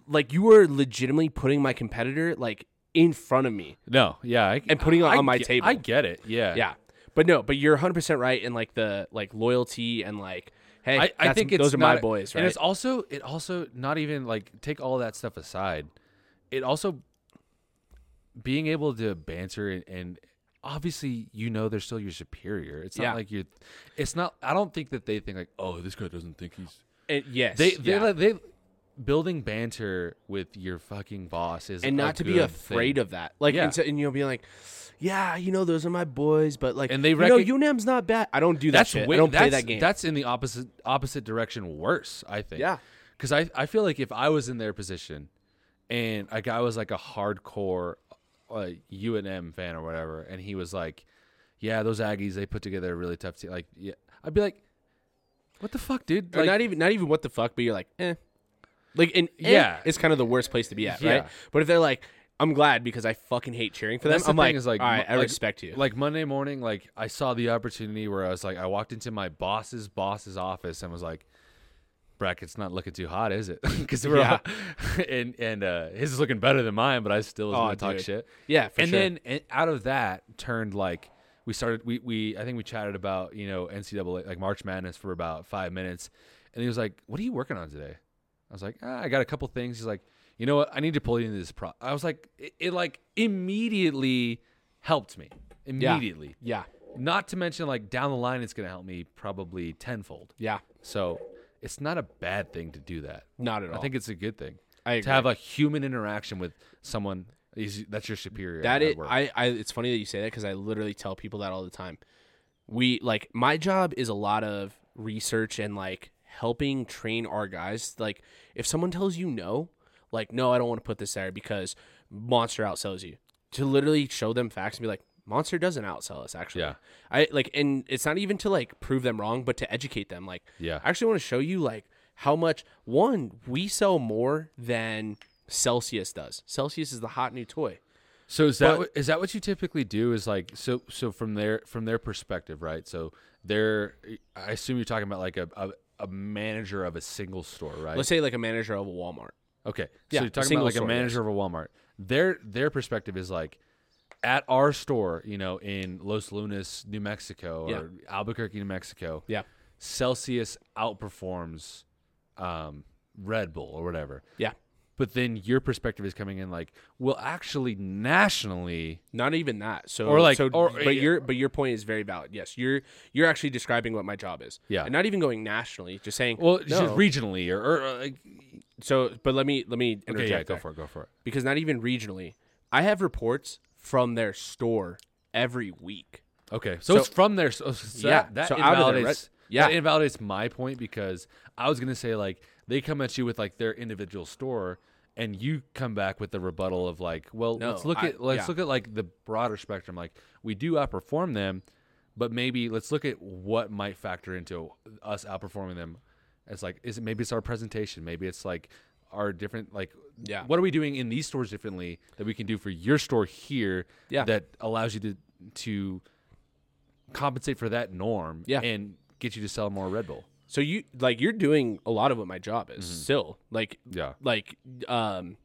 like you are legitimately putting my competitor like in front of me.
no, yeah, I,
And putting it
I
on my
get-
table.
I get it. Yeah,
Yeah. But no, but you're 100% right in like the like loyalty and like hey,
I, I
that's-
think it's
those are my
not-
boys, right?
And it's also it also not even like take all that stuff aside. It also being able to banter and, and obviously you know they're still your superior. It's not
Yeah.
like you're. It's not. I don't think that they think like, oh, this guy doesn't think he's.
And yes.
They they
yeah.
like they building banter with your fucking boss is
and
a
not to be
good
afraid
thing.
of that. Like
Yeah.
and, so, and you'll be like yeah, you know those are my boys, but like
And they
you know
recog-
UNAM's not bad. I don't do that
that's
shit.
way-
I don't play
that's,
that game.
That's in the opposite opposite direction. Worse, I think.
Yeah.
Because I I feel like if I was in their position, and a guy was like a hardcore, uh, UNM fan or whatever, and he was like, "Yeah, those Aggies they put together a really tough team." Like, yeah, I'd be like, "What the fuck, dude?"
Or
Like,
not even not even what the fuck, but you're like, "Eh." Like and yeah,
Yeah.
it's kind of the worst place to be at, right?
Eh. Yeah.
But if they're like I'm glad because I fucking hate cheering for them.
That's the
I'm like,
thing is, like,
all right,
mo-
I
like-
respect you.
Like Monday morning, like I saw the opportunity where I was like, I walked into my boss's boss's office and was like, bracket's not looking too hot, is it? Because we're
Yeah.
all, and and uh, his is looking better than mine, but I still was
Aw,
gonna talk
dude.
shit.
Yeah, for
and
sure.
then and out of that turned like we started we we I think we chatted about you know NCAA like March Madness for about five minutes, and he was like, "What are you working on today?" I was like, ah, "I got a couple things." He's like, "You know what? I need to pull you into this pro." I was like, "It, it like immediately helped me immediately."
yeah,
Not to mention like down the line, it's gonna help me probably tenfold.
yeah,
So it's not a bad thing to do that.
not at all.
I think it's a good thing
I
to
agree.
have a human interaction with someone is- that's your superior.
That
at
is,
work.
I, I. It's funny that you say that because I literally tell people that all the time. We like my job is a lot of research and like helping train our guys. Like if someone tells you no, like no, I don't want to put this there because Monster outsells you. To literally show them facts and be like, Monster doesn't outsell us. Actually,
Yeah.
I like, and it's not even to like prove them wrong, but to educate them. Like,
Yeah.
I actually want to show you like how much one we sell more than Celsius does. Celsius is the hot new toy.
So is that
But-
what, is that what you typically do? Is like so so from their from their perspective, right? So they're I assume you're talking about like a a, a manager of a single store, right?
let's say like a manager of a Walmart.
okay,
yeah,
so
a
you're talking
single
about like
store,
a manager of a Walmart. Their their perspective is like at our store, you know, in Los Lunas, New Mexico, or
Yeah.
Albuquerque, New Mexico,
Yeah.
Celsius outperforms um, Red Bull or whatever.
Yeah.
But then your perspective is coming in like, well, actually, nationally,
Not even that. So
Or like-
so,
or-
but your but your point is very valid. Yes, you're you're actually describing what my job is.
Yeah.
And not even going nationally, just saying
well, it's
no.
just regionally or, or uh, like,
so but let me let me
okay,
interject
yeah, go
there.
for it, go for it.
because not even regionally. I have reports from their store every week.
Okay, so,
So-
it's from there. So, so
Yeah,
that, that
so out of there,
invalidates.
right? Yeah.
that invalidates my point because I was gonna say like they come at you with like their individual store, and you come back with the rebuttal of like, well,
No,
let's look
I-
at let's
yeah.
look at like the broader spectrum. Like we do outperform them, but maybe let's look at what might factor into us outperforming them. It's like is it maybe it's our presentation, maybe it's like our different like
Yeah.
what are we doing in these stores differently that we can do for your store here
Yeah.
that allows you to to compensate for that norm
Yeah.
and get you to sell more Red Bull.
So you like you're doing a lot of what my job
Mm-hmm.
is still. Like
Yeah.
like um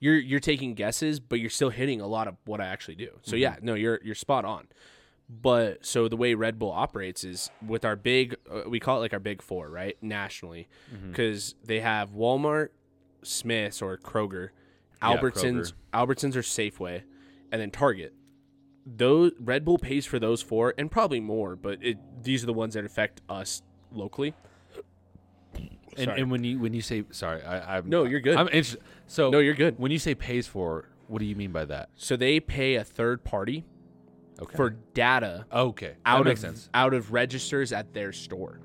you're you're taking guesses, but you're still hitting a lot of what I actually do. So yeah,
Mm-hmm.
no, you're you're spot on. But so the way Red Bull operates is with our big uh, we call it like our big 4, right? Nationally.
Mm-hmm.
Cuz they have Walmart, Smith's or Kroger,
Yeah,
Albertsons, Albertsons or Safeway, and then Target. Those Red Bull pays for those four and probably more, but it, these are the ones that affect us locally.
And,
Sorry.
and when you when you say sorry, I, I'm
No, you're good.
I'm interested. So
No, you're good.
When you say pays for, what do you mean by that?
So they pay a third party
Okay.
for data
okay, that
out of
makes sense.
out of registers at their store.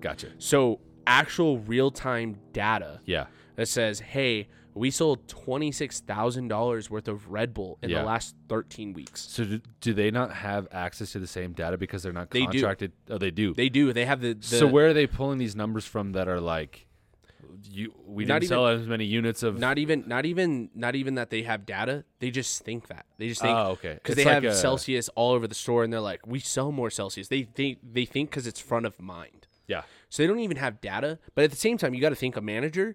Gotcha.
So actual real time data
Yeah.
that says, "Hey, we sold twenty six thousand dollars worth of Red Bull in
Yeah.
the last thirteen weeks."
So do, do they not have access to the same data because they're not
They do.
contracted? Oh, they do.
They do. They have the, the
so where are they pulling these numbers from that are like, you we
Not
didn't sell as many units of
not even not even not even that they have data. They just think that they just think
Oh, okay.
because
It's
they
like
have
a-
Celsius all over the store and they're like, "We sell more Celsius." They think they think because it's front of mind.
yeah
so they don't even have data but at the same time you got to think a manager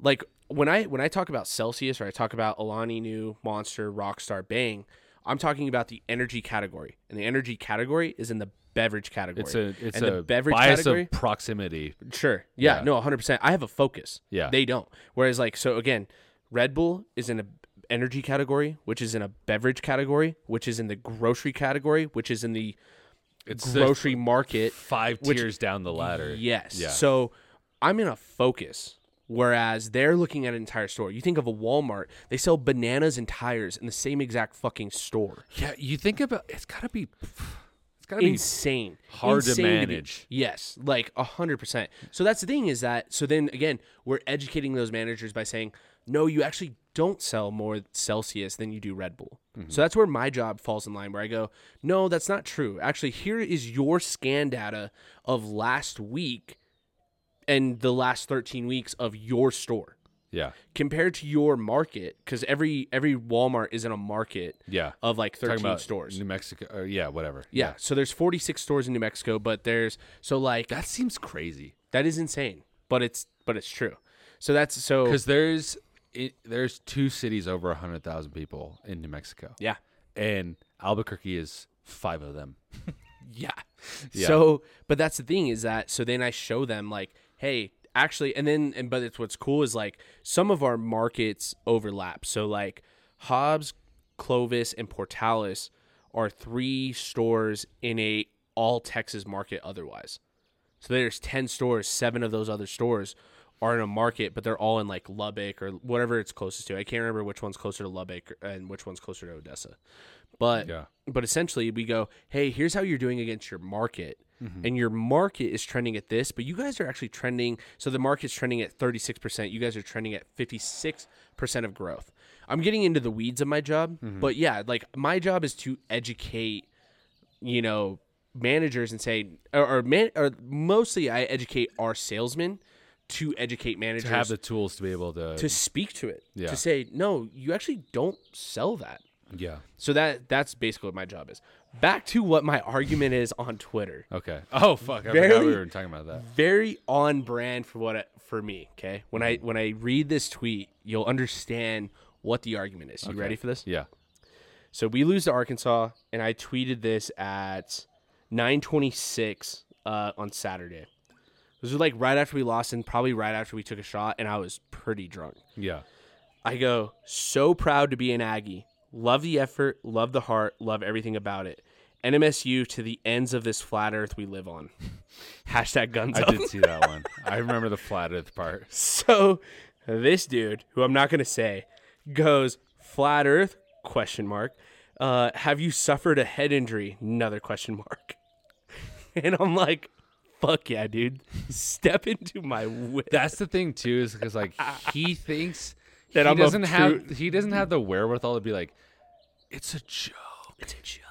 like when i when i talk about celsius or i talk about alani new monster rockstar bang i'm talking about the energy category and the energy category is in the beverage category
it's a it's
and
a
the beverage
bias
category
of proximity
Sure. Yeah,
Yeah.
No. 100%. I have a focus.
Yeah.
They don't. Whereas, like, so again, Red Bull is in a energy category, which is in a beverage category, which is in the grocery category, which is in the
It's the
grocery market.
five
which-
tiers down the ladder.
Yes.
Yeah.
So I'm in a focus. Whereas they're looking at an entire store. You think of a Walmart, they sell bananas and tires in the same exact fucking store.
Yeah, you think about it's got to be it's got to be
insane
hard to
Insane be-
manage.
yes like 100% so that's the thing is that so then again we're educating those managers by saying no you actually don't sell more celsius than you do red bull
Mm-hmm.
so that's where my job falls in line where i go no that's not true actually here is your scan data of last week and the last 13 weeks of your store
yeah.
compared to your market because every every walmart is in a market
Yeah.
of like
Talking
13
about
stores
New Mexico or yeah, whatever.
yeah. So there's 46 stores in New Mexico, but there's so like
That seems crazy.
that is insane, but it's but it's true. So that's so
Cuz there's it, there's two cities over 100,000 people in New Mexico.
yeah
And Albuquerque is five of them.
yeah.
Yeah.
So but that's the thing is that so then I show them like hey actually and then and but it's what's cool is like some of our markets overlap. So like Hobbs, Clovis, and Portales are three stores in a all Texas market otherwise. So there's 10 stores, seven of those other stores are in a market, but they're all in like Lubbock or whatever it's closest to. I can't remember which one's closer to Lubbock and which one's closer to Odessa. But
Yeah.
but essentially we go, "Hey, here's how you're doing against your market."
Mm-hmm.
And your market is trending at this, but you guys are actually trending. So the market's trending at 36%. You guys are trending at 56% of growth. I'm getting into the weeds of my job,
Mm-hmm.
but yeah, like my job is to educate you know managers and say or, or man or mostly I educate our salesmen to educate managers
To have the tools to be able to,
to speak to it
Yeah.
to say no you actually don't sell that
yeah.
so that that's basically what my job is back to what my argument is on Twitter
Okay. Oh fuck, I forgot
Very-
we were talking about that.
very on brand for what I, for me okay when I when I read this tweet you'll understand what the argument is you ready for this
Yeah.
So we lose to Arkansas, and I tweeted this at 9:26 uh, on Saturday. This was like right after we lost, and probably right after we took a shot, and I was pretty drunk.
Yeah.
I go, so proud to be an Aggie. Love the effort, love the heart, love everything about it. NMSU to the ends of this flat Earth we live on. Hashtag guns
I
up.
did see that one. I remember the flat earth part.
So this dude, who I'm not gonna say, goes flat Earth question mark. Uh, have you suffered a head injury? Another question mark. And I'm like, fuck yeah, dude. Step into my whip.
That's the thing too, is because like he thinks
That
he
I'm a
doesn't have
true-
he doesn't have the wherewithal to be like, it's a joke.
It's a joke.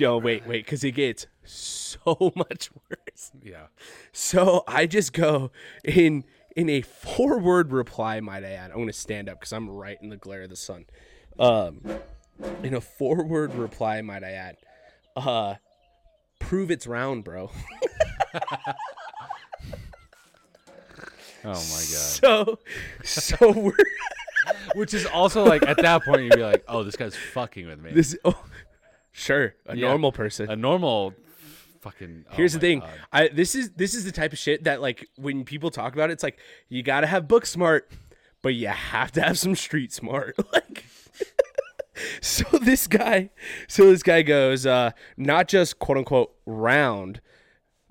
No, wait, wait, because it gets so much worse.
Yeah.
So I just go in in a four word reply, might I add. I'm gonna stand up because I'm right in the glare of the sun. Um, in a four word reply, might I add, uh, prove it's round, bro.
Oh my god.
So, so we're
Which is also like at that point you'd be like, oh, this guy's fucking with me.
this. Oh, sure, a
Yeah.
normal person.
a normal fucking. oh
Here's the
my
thing.
God.
I this is this is the type of shit that like when people talk about it, it's like you gotta have book smart, but you have to have some street smart. Like so this guy so this guy goes, uh, not just quote unquote round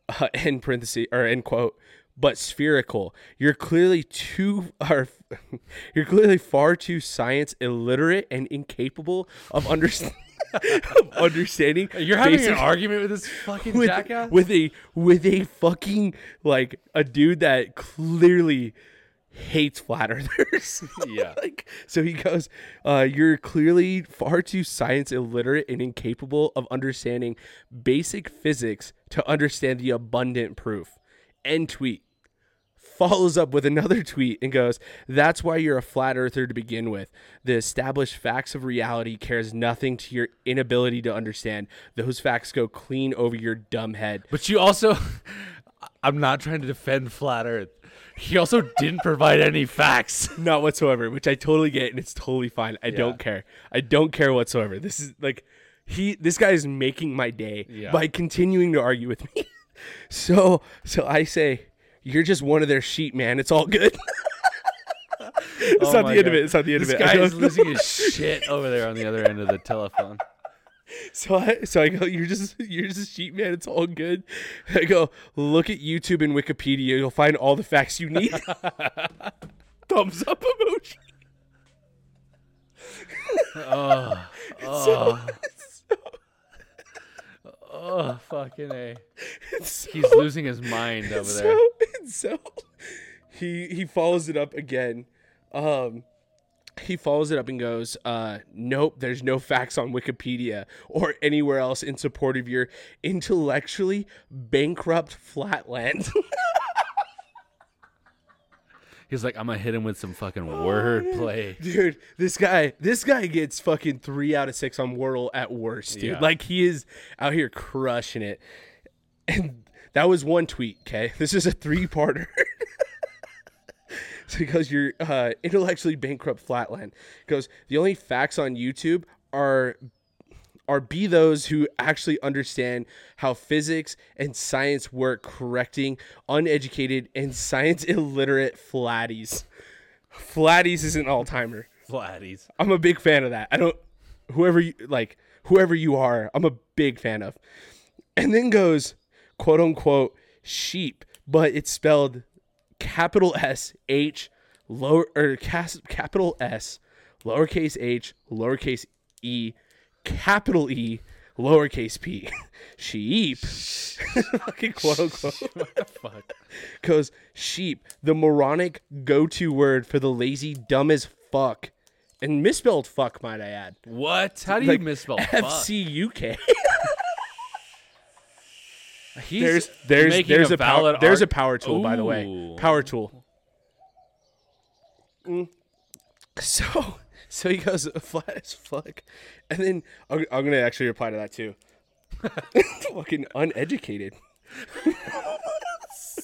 uh, end parenthesis or end quote, but spherical. You're clearly too or you're clearly far too science illiterate and incapable of understanding of understanding
You're having
basic-
an argument with this fucking
with,
jackass.
with a with a fucking like a dude that clearly hates flat earthers.
Yeah.
like so he goes, uh, you're clearly far too science illiterate and incapable of understanding basic physics to understand the abundant proof. End tweet. Follows up with another tweet and goes, That's why you're a flat earther to begin with. The established facts of reality cares nothing to your inability to understand. Those facts go clean over your dumb head.
but you also, I'm not trying to defend flat Earth. He also didn't provide any facts.
Not whatsoever, which I totally get, and it's totally fine. I don't care. I don't care whatsoever. This is like he. This guy is making my day
Yeah.
by continuing to argue with me. so, so I say, you're just one of their sheep, man. It's all good. it's not the end of it. It's not the end
Oh this
of it. I
guy
go-
is losing his shit over there on the other end of the telephone.
So I so I go, you're just you're just a sheep man, it's all good. I go, look at YouTube and Wikipedia, you'll find all the facts you need. Oh, Thumbs up emoji.
Oh fucking a! He's losing his mind over there.
so, and so he he follows it up again. Um he follows it up and goes, uh, nope, there's no facts on Wikipedia or anywhere else in support of your intellectually bankrupt flatland.
He's like, I'm gonna hit him with some fucking
Oh,
wordplay.
dude this guy this guy gets fucking three out of six on wordle at worst dude
Yeah.
like he is out here crushing it and that was one tweet okay this is a three-parter It's because you're uh, intellectually bankrupt flatland goes the only facts on youtube are are be those who actually understand how physics and science work correcting uneducated and science illiterate flatties flatties is an all-timer
Flatties.
I'm a big fan of that. I don't whoever you like whoever you are, I'm a big fan of. And then goes quote unquote sheep, but it's spelled capital S H lower or cas- capital S lowercase h lowercase e capital E lowercase p sheep fucking quote unquote
Fuck.
goes sheep, the moronic go-to word for the lazy dumb as fuck, and misspelled fuck, might I add.
What? How do
Like,
you misspell fuck?
FC UK.
He's
there's there's
making
there's a, power
valid
there's a
arg-
power tool by the way.
Ooh.
Power tool. Mm. So so he goes flat as fuck, and then I'm, I'm gonna actually reply to that too. Fucking uneducated.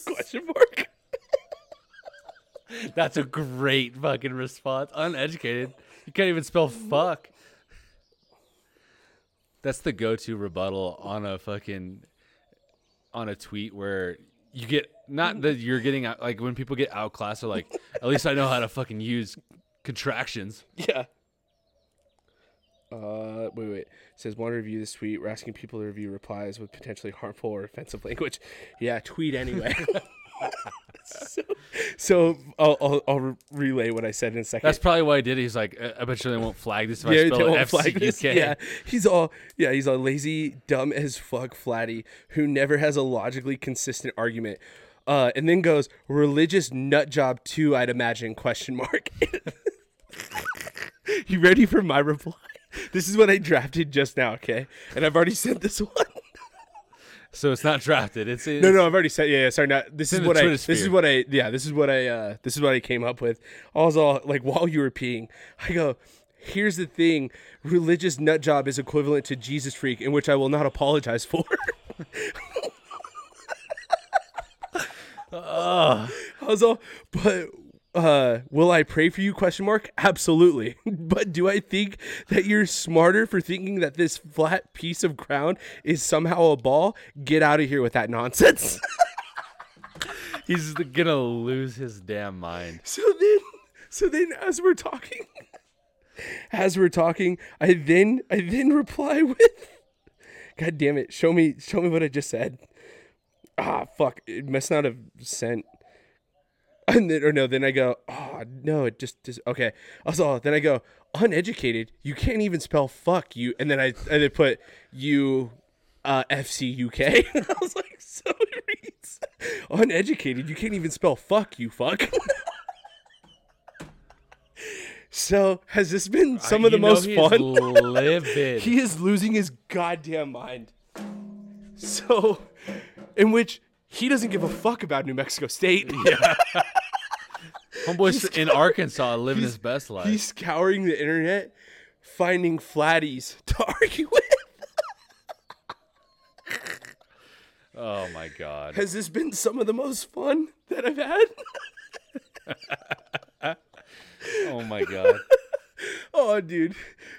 Question mark.
That's a great fucking response. Uneducated. You can't even spell fuck. that's the go-to rebuttal on a fucking on a tweet where you get not
Mm.
that you're getting out like when people get outclassed they're like at least i know how to fucking use contractions
Yeah. Uh, wait, wait. It says want to review this tweet. We're asking people to review replies with potentially harmful or offensive language. Yeah, tweet anyway. so, so I'll, I'll, I'll re- relay what I said in a second.
that's probably why i did it. he's like "Uh, i bet you they won't flag this if i
yeah,
spell
they
it
won't flag this.
F-C-U-K."
yeah, he's all yeah, he's all lazy, dumb as fuck, flatty, who never has a logically consistent argument. Uh, and then goes religious nut job too. I'd imagine question mark. you ready for my reply? This is what I drafted just now, okay? And I've already sent this one.
so it's not drafted it's, it's
No, no, I've already said yeah, yeah sorry, not this
in
is
the
what I
Twitter
this is
sphere.
what I yeah, this is what I uh this is what I came up with. I was all like while you were peeing, I go, here's the thing, religious nut job is equivalent to Jesus freak, in which I will not apologize for. I was all but uh will I pray for you question mark? Absolutely. but do I think that you're smarter for thinking that this flat piece of ground is somehow a ball? Get out of here with that nonsense.
he's gonna lose his damn mind
So then, so then, as we're talking, as we're talking, I then, I then reply with, "God damn it! Show me, show me what I just said." Ah, fuck! It must not have sent. And then, or no, then I go, oh, no, it just, just okay. Also, then I go, uneducated. You can't even spell fuck you. And then I, and they put you, uh, FC UK. And I was like, so it reads, uneducated. You can't even spell fuck you fuck. so has this been some of the
Uh, You know
most
he's
fun?
livid.
he is losing his goddamn mind. So, in which he doesn't give a fuck about New Mexico State.
homeboy's in arkansas living his best life
He's scouring the internet, finding flatties to argue with.
oh my god
Has this been some of the most fun that I've had?
oh my god
Oh, dude!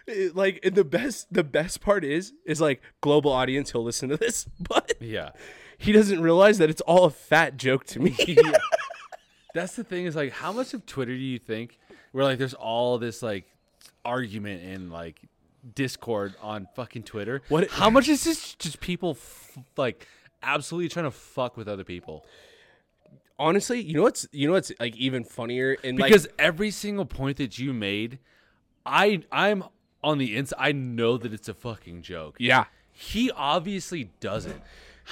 It- like and the best, the best part is, is like global audience. He'll listen to this, but
yeah
he doesn't realize that it's all a fat joke to me.
That's the thing is like how much of Twitter do you think where like there's all this like argument and like discord on fucking Twitter?
What-
how much is this just people f- like absolutely trying to fuck with other people?
Honestly, you know what's, you know what's like even funnier and like
Because every single point that you made, I I'm on the inside I know that it's a fucking joke.
yeah,
He obviously doesn't.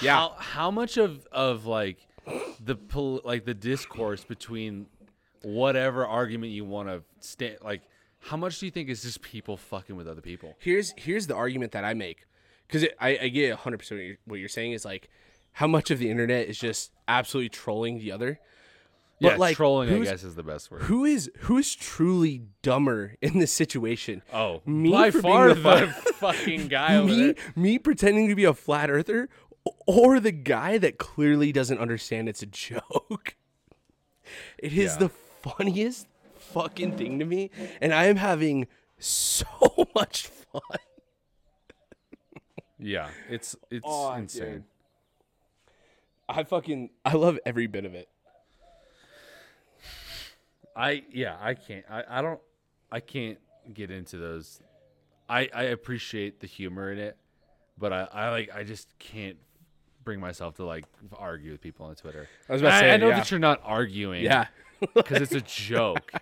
Yeah.
How, how much of of like the pol- like the discourse between whatever argument you want to stand like how much do you think is just people fucking with other people?
here's here's the argument that I make because I, I get 100 percent what, you're- what you're saying is like how much of the internet is just absolutely trolling the other. But,
yeah,
like,
trolling I
who's-
guess is the best word.
Who is who is truly dumber in this situation?
oh,
me
by
for being
far
the
the,
fu-
fucking guy over
me
there.
me pretending to be a flat earther or the guy that clearly doesn't understand it's a joke. It is
Yeah.
the funniest fucking thing to me and I am having so much fun.
Yeah, it's it's
Aw,
insane.
dude. I fucking I love every bit of it.
I yeah, I can't. I, I don't. I can't get into those. I I appreciate the humor in it, but I I like I just can't bring myself to like argue with people on Twitter.
I was about to say,
I, know
yeah.
that you're not arguing.
Yeah.
because it's a joke,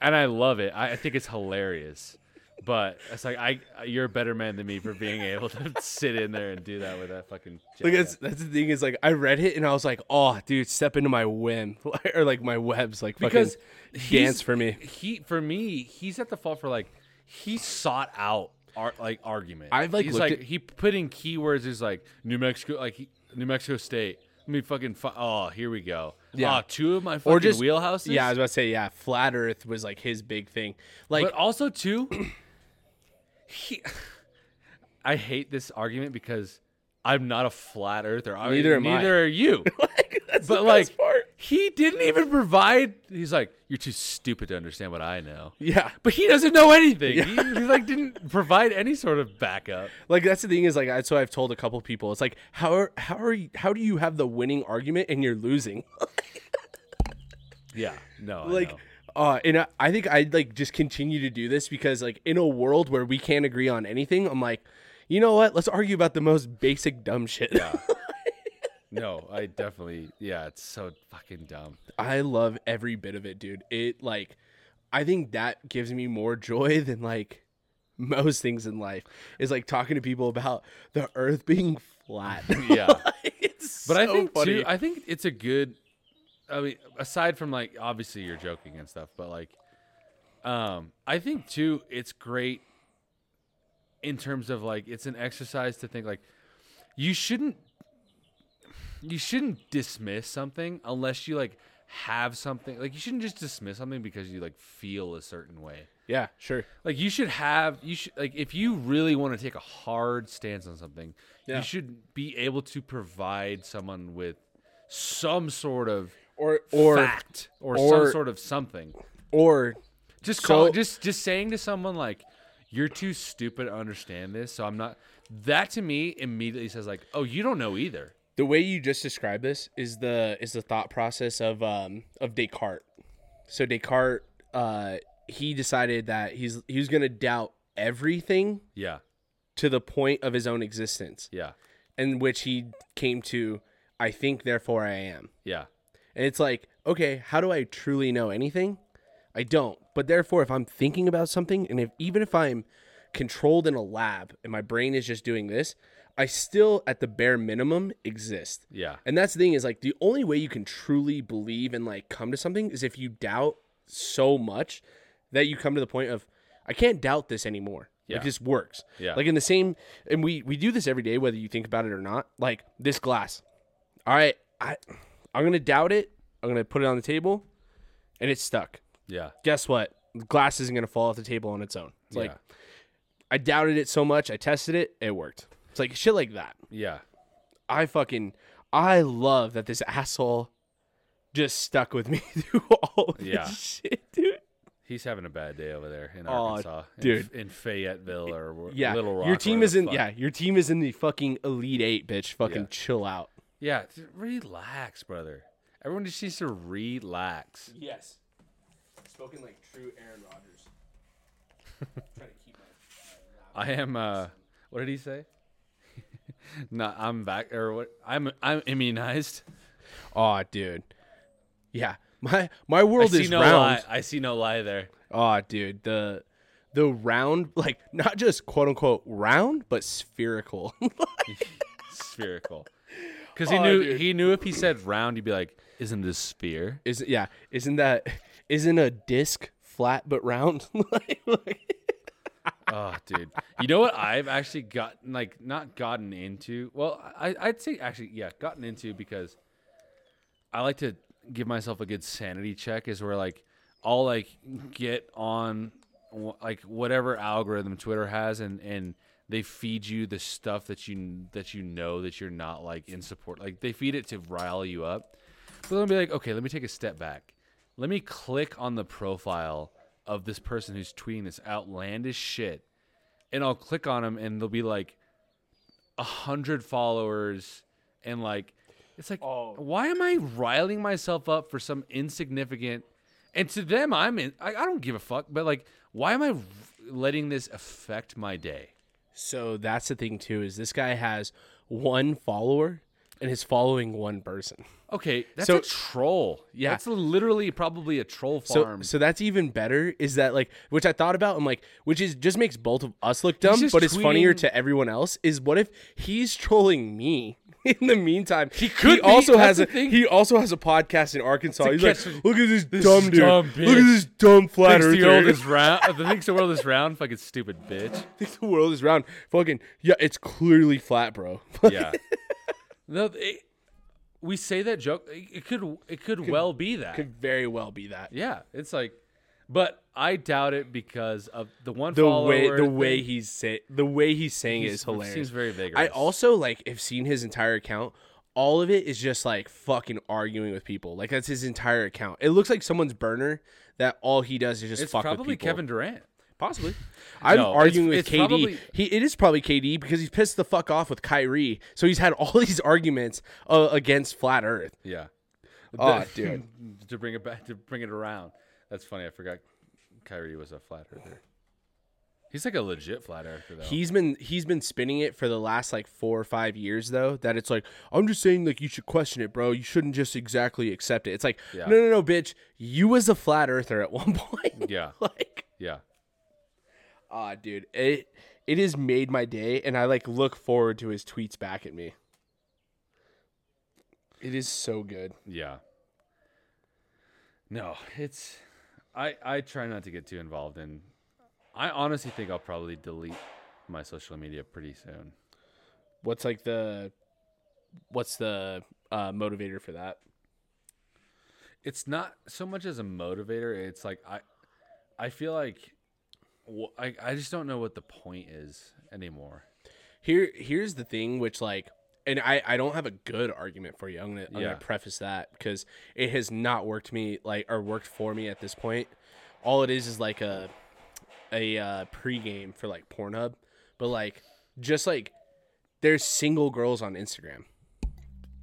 and I love it. I, I think it's hilarious. But it's like I, you're a better man than me for being able to sit in there and do that with that fucking.
Like
jackass.
that's that's the thing is like I read it and I was like, oh, dude, step into my whim or like my webs, like fucking
because he's-
dance for me.
He for me, he's at the fault for like he sought out ar- like argument.
I've, like,
he's
looked
like
at-
he put in keywords is like New Mexico, like he, New Mexico State. Let me fucking fi- oh here we go.
Yeah.
Ah, two of my fucking
Or just
wheelhouses.
Yeah, I was about to say yeah. Flat Earth was like his big thing. Like
but also too. he, I hate this argument because I'm not a flat earther. I-
Neither am I.
neither are you.
like that's
but
the
like
best part.
He didn't even provide. He's like, you're too stupid to understand what I know.
Yeah.
But he doesn't know anything. He, he, like didn't provide any sort of backup.
Like that's the thing is like I so I've told a couple people it's like how are, how are you, how do you have the winning argument and you're losing
Yeah, no,
like uh and I, I think I'd like just continue to do this because like in a world where we can't agree on anything I'm like you know what let's argue about the most basic dumb shit
no, I definitely. Yeah, it's so fucking dumb.
I love every bit of it dude it like I think that gives me more joy than like most things in life is like talking to people about the earth being flat
Yeah.
it's
But I
so
think
funny.
too. I think it's a good. I mean, aside from like obviously you're joking and stuff, but like, um, I think too it's great in terms of like it's an exercise to think like you shouldn't you shouldn't dismiss something unless you like have something like you shouldn't just dismiss something because you like feel a certain way
yeah sure
like you should have you should like if you really want to take a hard stance on something,
Yeah.
you should be able to provide someone with some sort of
or or
fact or,
or-
some sort of something.
or
Just call
So-
just just saying to someone like you're too stupid to understand this, so I'm not that to me immediately says like, "Oh, you don't know either."
the way you just described this is the is the thought process of um of Descartes. So Descartes uh he decided that he's he was going to doubt everything
Yeah.
to the point of his own existence
Yeah.
in which he came to I think therefore I am.
Yeah.
And it's like, okay, how do I truly know anything? I don't. But therefore, if I'm thinking about something, and if even if I'm controlled in a lab and my brain is just doing this, I still, at the bare minimum, exist.
Yeah.
And that's the thing is like the only way you can truly believe and like come to something is if you doubt so much that you come to the point of I can't doubt this anymore.
Yeah.
Like this works.
Yeah.
Like in the same and we we do this every day whether you think about it or not. Like this glass. All right, I I'm going to doubt it. I'm going to put it on the table and it's stuck.
Yeah.
Guess what? The glass isn't going to fall off the table on its own. It's like
Yeah.
I doubted it so much, I tested it, it worked. It's like shit like that.
Yeah.
I fucking I love that this asshole just stuck with me through all of
Yeah.
this shit, dude.
He's having a bad day over there in
Aw,
Arkansas, in-
dude.
in, Fayetteville or wh-
Yeah,
Little Rock.
your team
wherever
is
the
in.
fuck.
Yeah, your team is in the fucking elite eight, bitch. Fucking
Yeah.
chill out.
Yeah, th- relax, brother. Everyone just needs to relax.
Yes, spoken like true Aaron Rodgers. Trying to keep my
I am. uh What did he say? no, I'm back. Or what? I'm I'm immunized.
Aw, dude. Yeah, my my
I
world
see
is
no
round.
lie. I see no lie there.
Aw, dude. The the round, like not just quote unquote round, but spherical.
Spherical. Because he
Aw,
knew
dude.
he knew if he said round, he'd be like, "Isn't this sphere?"
Is yeah? Isn't that isn't a disc flat but round? Like, like-
Oh, dude. You know what I've actually gotten like not gotten into? Well, I I'd say actually yeah, gotten into because I like to give myself a good sanity check is where like I'll like get on wh- like whatever algorithm Twitter has and and they feed you the stuff that you that you know that you're not like in support. Like they feed it to rile you up. But then I'll be like, okay, let me take a step back. Let me click on the profile of this person who's tweeting this outlandish shit. And I'll click on them and they'll be like a hundred followers and like it's like
Oh.
why am I riling myself up for some insignificant and to them I'm in I, I don't give a fuck, but like why am I r- letting this affect my day?
so that's the thing too. Is this guy has one follower and is following one person.
Okay, that's
So-
a troll.
Yeah.
That's literally probably a troll
So
farm.
so that's even better. Is that like which I thought about? I'm like, which is just makes both of us look dumb,
just
but it's funnier
tweeting-
to everyone else. Is what if he's trolling me? In the meantime, he
could be,
also
that's
has
the
a
thing.
he also has a podcast in Arkansas. He's
catch-
like, look at this, dumb dude, look
dumb
at
bitch.
this dumb flat
Thinks the world
earther.
is round. uh, Thinks the world is round. Fucking stupid bitch.
think the world is round. Fucking yeah, it's clearly flat, bro.
Yeah. no, it, we say that joke. It, it could. It could, well be that.
Could very well be that.
yeah. It's like, but I doubt it because of the one
The
follower.
way the
thing.
way he's say the way he's saying it
He's-
is hilarious.
seems very
I
vigorous.
also like have seen his entire account. all of it is just like fucking arguing with people. Like that's his entire account. It looks like someone's burner that all he does is just
It's
fuck
probably
with people.
Kevin Durant.
Possibly. I'm
No, it's-
arguing with
it's
KD.
probably-
He it is probably KD because he's pissed the fuck off with Kyrie. So he's had all these arguments uh, against flat Earth.
Yeah.
Oh, dude.
to bring it back, to bring it around. That's funny. I forgot Kyrie was a flat earther. He's like a legit flat earther though.
He's been he's been spinning it for the last like four or five years though. That it's like I'm just saying like you should question it, bro. You shouldn't just exactly accept it. It's like
Yeah.
no no no, bitch. You was a flat earther at one point.
Yeah.
like
yeah.
ah, dude. It it has made my day, and I like look forward to his tweets back at me. It is so good.
Yeah. No, it's I I try not to get too involved in I honestly think I'll probably delete my social media pretty soon.
What's like the what's the uh, motivator for that?
It's not so much as a motivator, it's like I I feel like wh- I I just don't know what the point is anymore.
Here, here's the thing, which like, and I, I don't have a good argument for you. I'm gonna, I'm
Yeah.
gonna preface that because it has not worked me like or worked for me at this point. All it is is like a, a uh, pregame for like Pornhub, but like just like there's single girls on Instagram,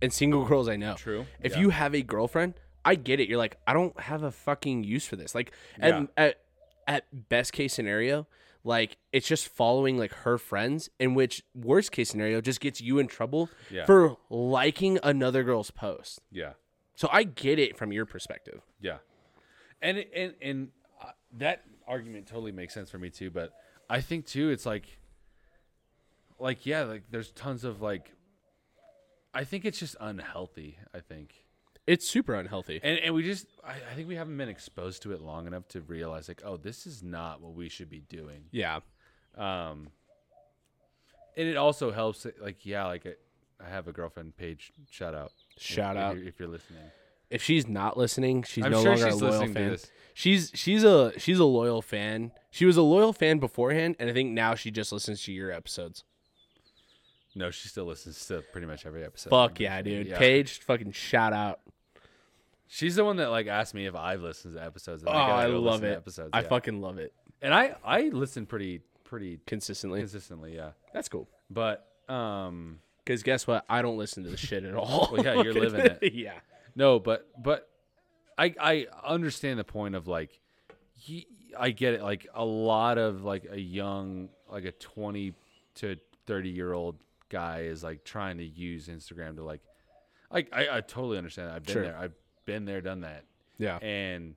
and single girls I know.
True.
If
Yeah.
you have a girlfriend, I get it. You're like, I don't have a fucking use for this. Like, at-
Yeah.
at at best case scenario, like it's just following like her friends, in which worst case scenario just gets you in trouble
Yeah.
for liking another girl's post.
Yeah.
So I get it from your perspective.
Yeah, and it- and and uh, that argument totally makes sense for me too. But I think too, it's like, like yeah, like there's tons of like. I think it's just unhealthy. I think,
It's super unhealthy.
and and we just, I, I think we haven't been exposed to it long enough to realize like, oh, this is not what we should be doing.
Yeah.
Um, and it also helps, that, like yeah, like I, I have a girlfriend, Paige. Shout out,
Shout
if,
out.
if you're, if you're listening.
If she's not listening, she's
I'm
no
sure
longer
she's
a loyal
listening to
fan.
this.
She's she's a she's a loyal fan. She was a loyal fan beforehand, and I think now she just listens to your episodes.
No, she still listens to pretty much every episode.
Fuck yeah, dude.
Yeah.
Paige, fucking shout out.
She's the one that like asked me if I've listened to episodes. And
Oh,
gotta
I
go
love
listen to
it.
Episodes,
I
yeah.
fucking love it
and I I listen pretty pretty
consistently.
consistently, yeah.
That's cool.
But um,
Because guess what? I don't listen to the shit at all.
Well, yeah, you're living it.
yeah.
no, but but I I understand the point of like, he, I get it. Like a lot of like a young like a twenty to thirty year old guy is like trying to use Instagram to like, like I I totally understand. That. I've been
Sure.
there. I've been there, done that.
Yeah.
and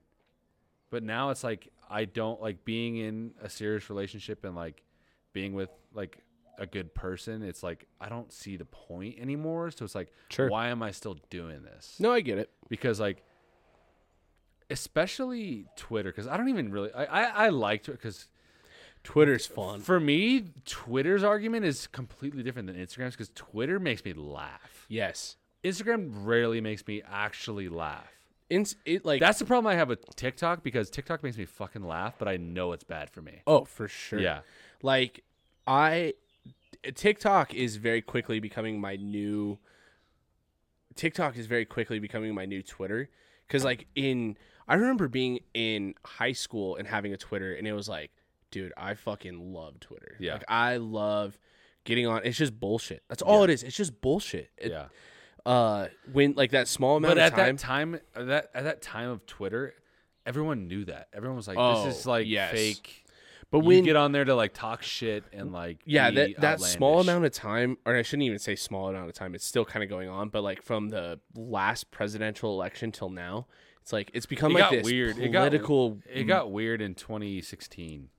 but now it's like i don't like being in a serious relationship and like being with like a good person it's like i don't see the point anymore so it's like
Sure.
why am i still doing this
No, I get it.
because like especially twitter because i don't even really i i, I like twitter because
Twitter's fun.
for me twitter's argument is completely different than instagram's because twitter makes me laugh
Yes.
instagram rarely makes me actually laugh
In, it like
that's the problem I have with TikTok because TikTok makes me fucking laugh, but I know it's bad for me.
oh for sure.
Yeah.
Like I TikTok is very quickly becoming my new TikTok is very quickly becoming my new Twitter cuz like in I remember being in high school and having a Twitter and it was like dude, I fucking love Twitter.
Yeah.
Like I love getting on it's just bullshit. That's all it is. It's just bullshit. It-
Yeah.
Uh when like that small amount
But
of
at
time
that time, at that at that time of Twitter, everyone knew that. Everyone was like, "This is
Oh,
like
yes.
fake."
but
You
when
get on there to like talk shit and like
yeah
be
that, that small
outlandish.
amount of time or i shouldn't even say small amount of time it's still kind of going on but like from the last presidential election till now it's like it's become
It
like
got
this
weird.
political
It got, it got weird in 2016.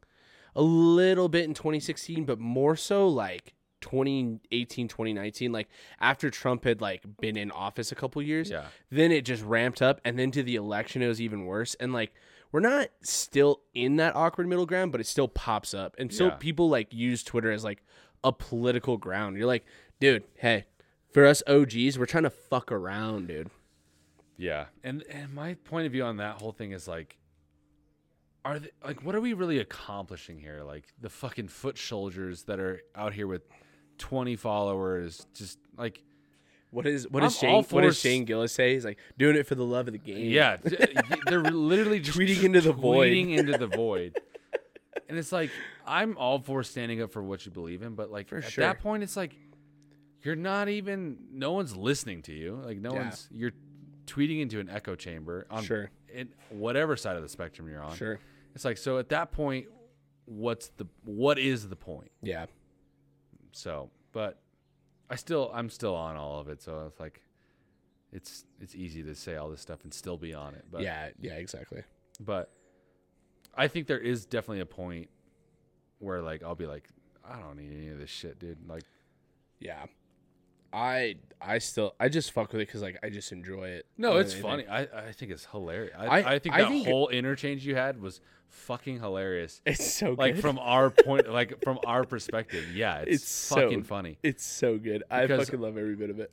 a little bit in 2016 but more so like 2018 2019 like after trump had like been in office a couple years
Yeah.
then it just ramped up and then to the election it was even worse and like we're not still in that awkward middle ground but it still pops up and still
Yeah.
people like use twitter as like a political ground you're like dude hey for us og's we're trying to fuck around dude
Yeah. And and my point of view on that whole thing is like are they, like what are we really accomplishing here? Like the fucking foot soldiers that are out here with 20 followers just like
What is what is
I'm
Shane?
all
What does
for
Shane Gillis say? He's like doing it for the love of the game.
Yeah, d- they're literally just
Mm. Tweeting into the void.
tweeting into the void. And it's like I'm all for standing up for what you believe in, but like at
sure.
that point, it's like you're not even. No one's listening to you. Like no
Yeah.
one's. You're tweeting into an echo chamber on
Sure.
in whatever side of the spectrum you're on.
sure.
It's like so at that point, what's the what is the point?
Yeah,
So, but I still I'm still on all of it. So it's like. It's it's easy to say all this stuff and still be on it, but
yeah, yeah. Exactly.
but I think there is definitely a point where like I'll be like, I don't need any of this shit, dude. Like,
Yeah, I I still I just fuck with it because like I just enjoy it.
no,
more
it's
than
funny.
anything.
I, I think it's hilarious. I,
I-
I, think
I
that
think-
whole interchange you had was fucking hilarious.
It's so good.
Like from our point, like from our perspective, yeah, it's,
It's so-
fucking funny.
it's so good. I
Because-
fucking love every bit of it.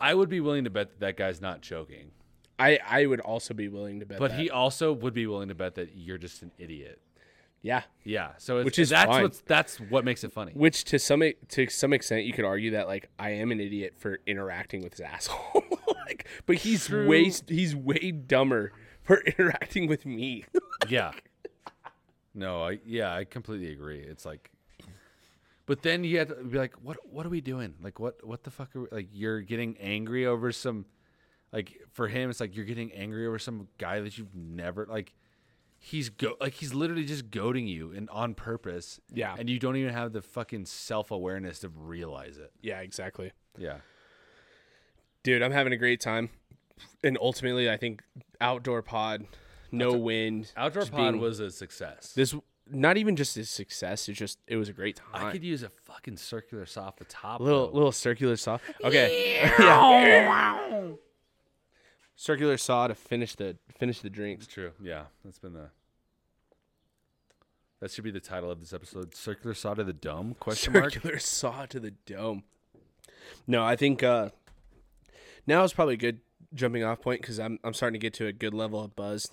I would be willing to bet that that guy's not joking,
I I would also be willing to bet.
but
that.
he also would be willing to bet that you're just an idiot.
yeah,
Yeah, so it's,
Which is
that's
fine.
what's that's what makes it funny.
which to some e- to some extent you could argue that like I am an idiot for interacting with this asshole. like, but he's way s- he's way dumber for interacting with me.
Yeah. No, I yeah, I completely agree. It's like but then you have to be like, what what are we doing? Like what what the fuck are we like you're getting angry over some like for him it's like you're getting angry over some guy that you've never like he's go like he's literally just goading you and on purpose.
Yeah.
And you don't even have the fucking self awareness to realize it.
yeah, exactly.
Yeah.
dude i'm having a great time and ultimately i think outdoor pod no wind
Outdoor
just
pod
being-
was a success.
this not even just a success it's just it was a great time
I could use a fucking circular saw off the top.
little
though.
little circular saw okay Yeah. circular saw to finish the finish the drinks
It's true. Yeah, that's been the. That should be the title of this episode: "Circular Saw to the Dome?" Question mark.
circular saw to the dome no i think uh now is probably a good jumping off point because I'm, I'm starting to get to a good level of buzz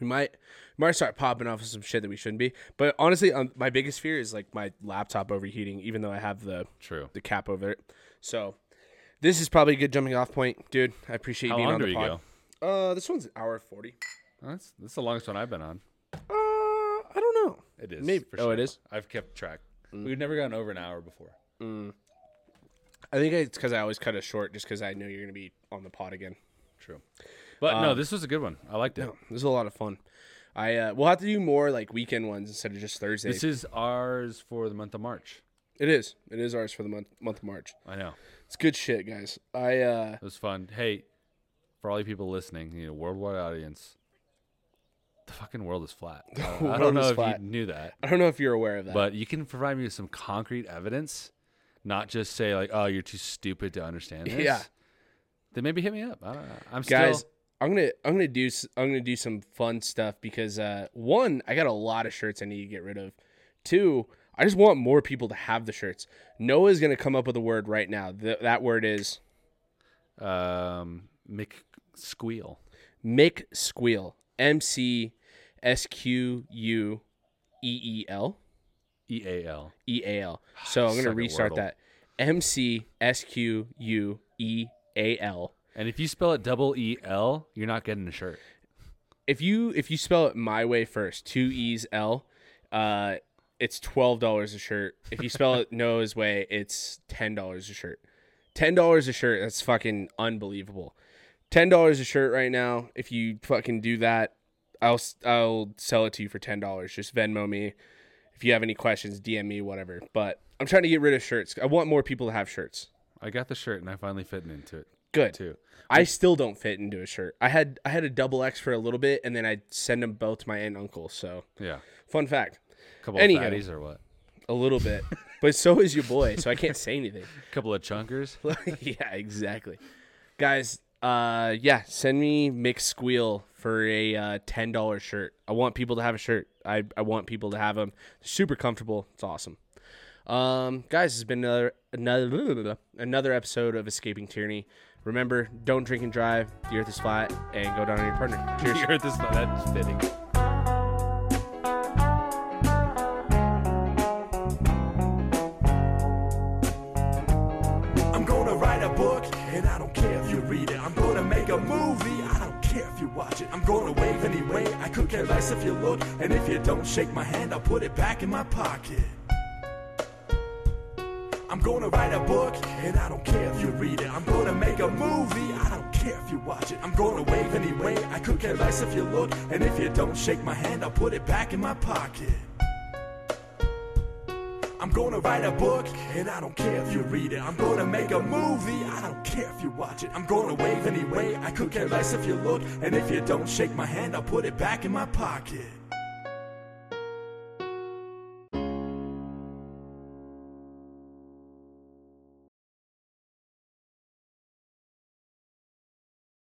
we might we might start popping off of some shit that we shouldn't be but honestly um, my biggest fear is like my laptop overheating even though i have the
True.
the cap over it so this is probably a good jumping off point dude i appreciate you
How
being
long
on
do
the
we
pod
go?
uh this one's an hour 40
Oh, That's that's the longest one I've been on.
uh i don't know
It is.
Maybe-
for
oh,
sure.
it is? Mm.
I've kept track. We've never gone over an hour before.
i think it's because i always cut it short just because i know you're gonna be on the pod again
True. But no, this was a good one. I liked it.
Um, No, this is a lot of fun. I uh, we'll have to do more like weekend ones instead of just Thursdays.
This is ours for the month of March.
it is. It is ours for the month month of March.
I know
It's good shit, guys. I uh,
it was fun. Hey, for all you people listening, you know, worldwide audience, the fucking world is flat. I- I
world
don't know
is
if
flat.
you knew that.
I don't know if you're aware of that.
but you can provide me with some concrete evidence, not just say like, "Oh, you're too stupid to understand this."
Yeah.
Then maybe hit me up. I don't know. I'm
guys,
still
I'm gonna I'm gonna do s- I'm gonna do some fun stuff because uh, one, I got a lot of shirts I need to get rid of. Two, I just want more people to have the shirts. Noah's gonna come up with a word right now. Th- that word is
um Mick squeal.
Mick Squeal. M C S Q U E E L.
E A L.
E A L. So I'm
Suck
gonna
at
restart
Wordle.
that. M C S Q U E A L.
And if you spell it double E L, you're not getting a shirt.
If you if you spell it my way first, two E's L, uh, it's twelve dollars a shirt. If you spell it Noah's way, it's ten dollars a shirt. Ten dollars a shirt. That's fucking unbelievable. Ten dollars a shirt right now. If you fucking do that, I'll s- I'll sell it to you for ten dollars. Just Venmo me. If you have any questions, DM me, whatever. But I'm trying to get rid of shirts. I want more people to have shirts.
I got the shirt and I finally fit into it
Good.
too.
I still don't fit into a shirt. I had I had a double X for a little bit, and then I send them both to my aunt and uncle. So,
Yeah.
fun fact,
Couple
Anywho.
of fatties or what?
a little bit, but so is your boy. So I can't say anything.
Couple of chunkers.
yeah, exactly, guys. Uh, yeah, send me Mick Squeal for a uh, ten dollar shirt. I want people to have a shirt. I I want people to have them. They're super comfortable. It's awesome. Um, guys, this has been another another another episode of Escaping Tyranny. Remember, don't drink and drive. The earth is flat, and go down on your partner. Cheers.
You're this that's fitting.
I'm And I don't care if you read it. I'm gonna make a movie. I don't care if you watch it. I'm gonna wave anyway. I could care less if you look. And if you don't shake my hand, I'll put it back in my pocket. I'm gonna write a book, and I don't care if you read it. I'm gonna make a movie, I don't care if you watch it. I'm gonna wave anyway, I could care less if you look. And if you don't shake my hand, I'll put it back in my pocket. I'm gonna write a book, and I don't care if you read it. I'm gonna make a movie, I don't care if you watch it. I'm gonna wave anyway, I could care less if you look. And if you don't shake my hand, I'll put it back in my pocket.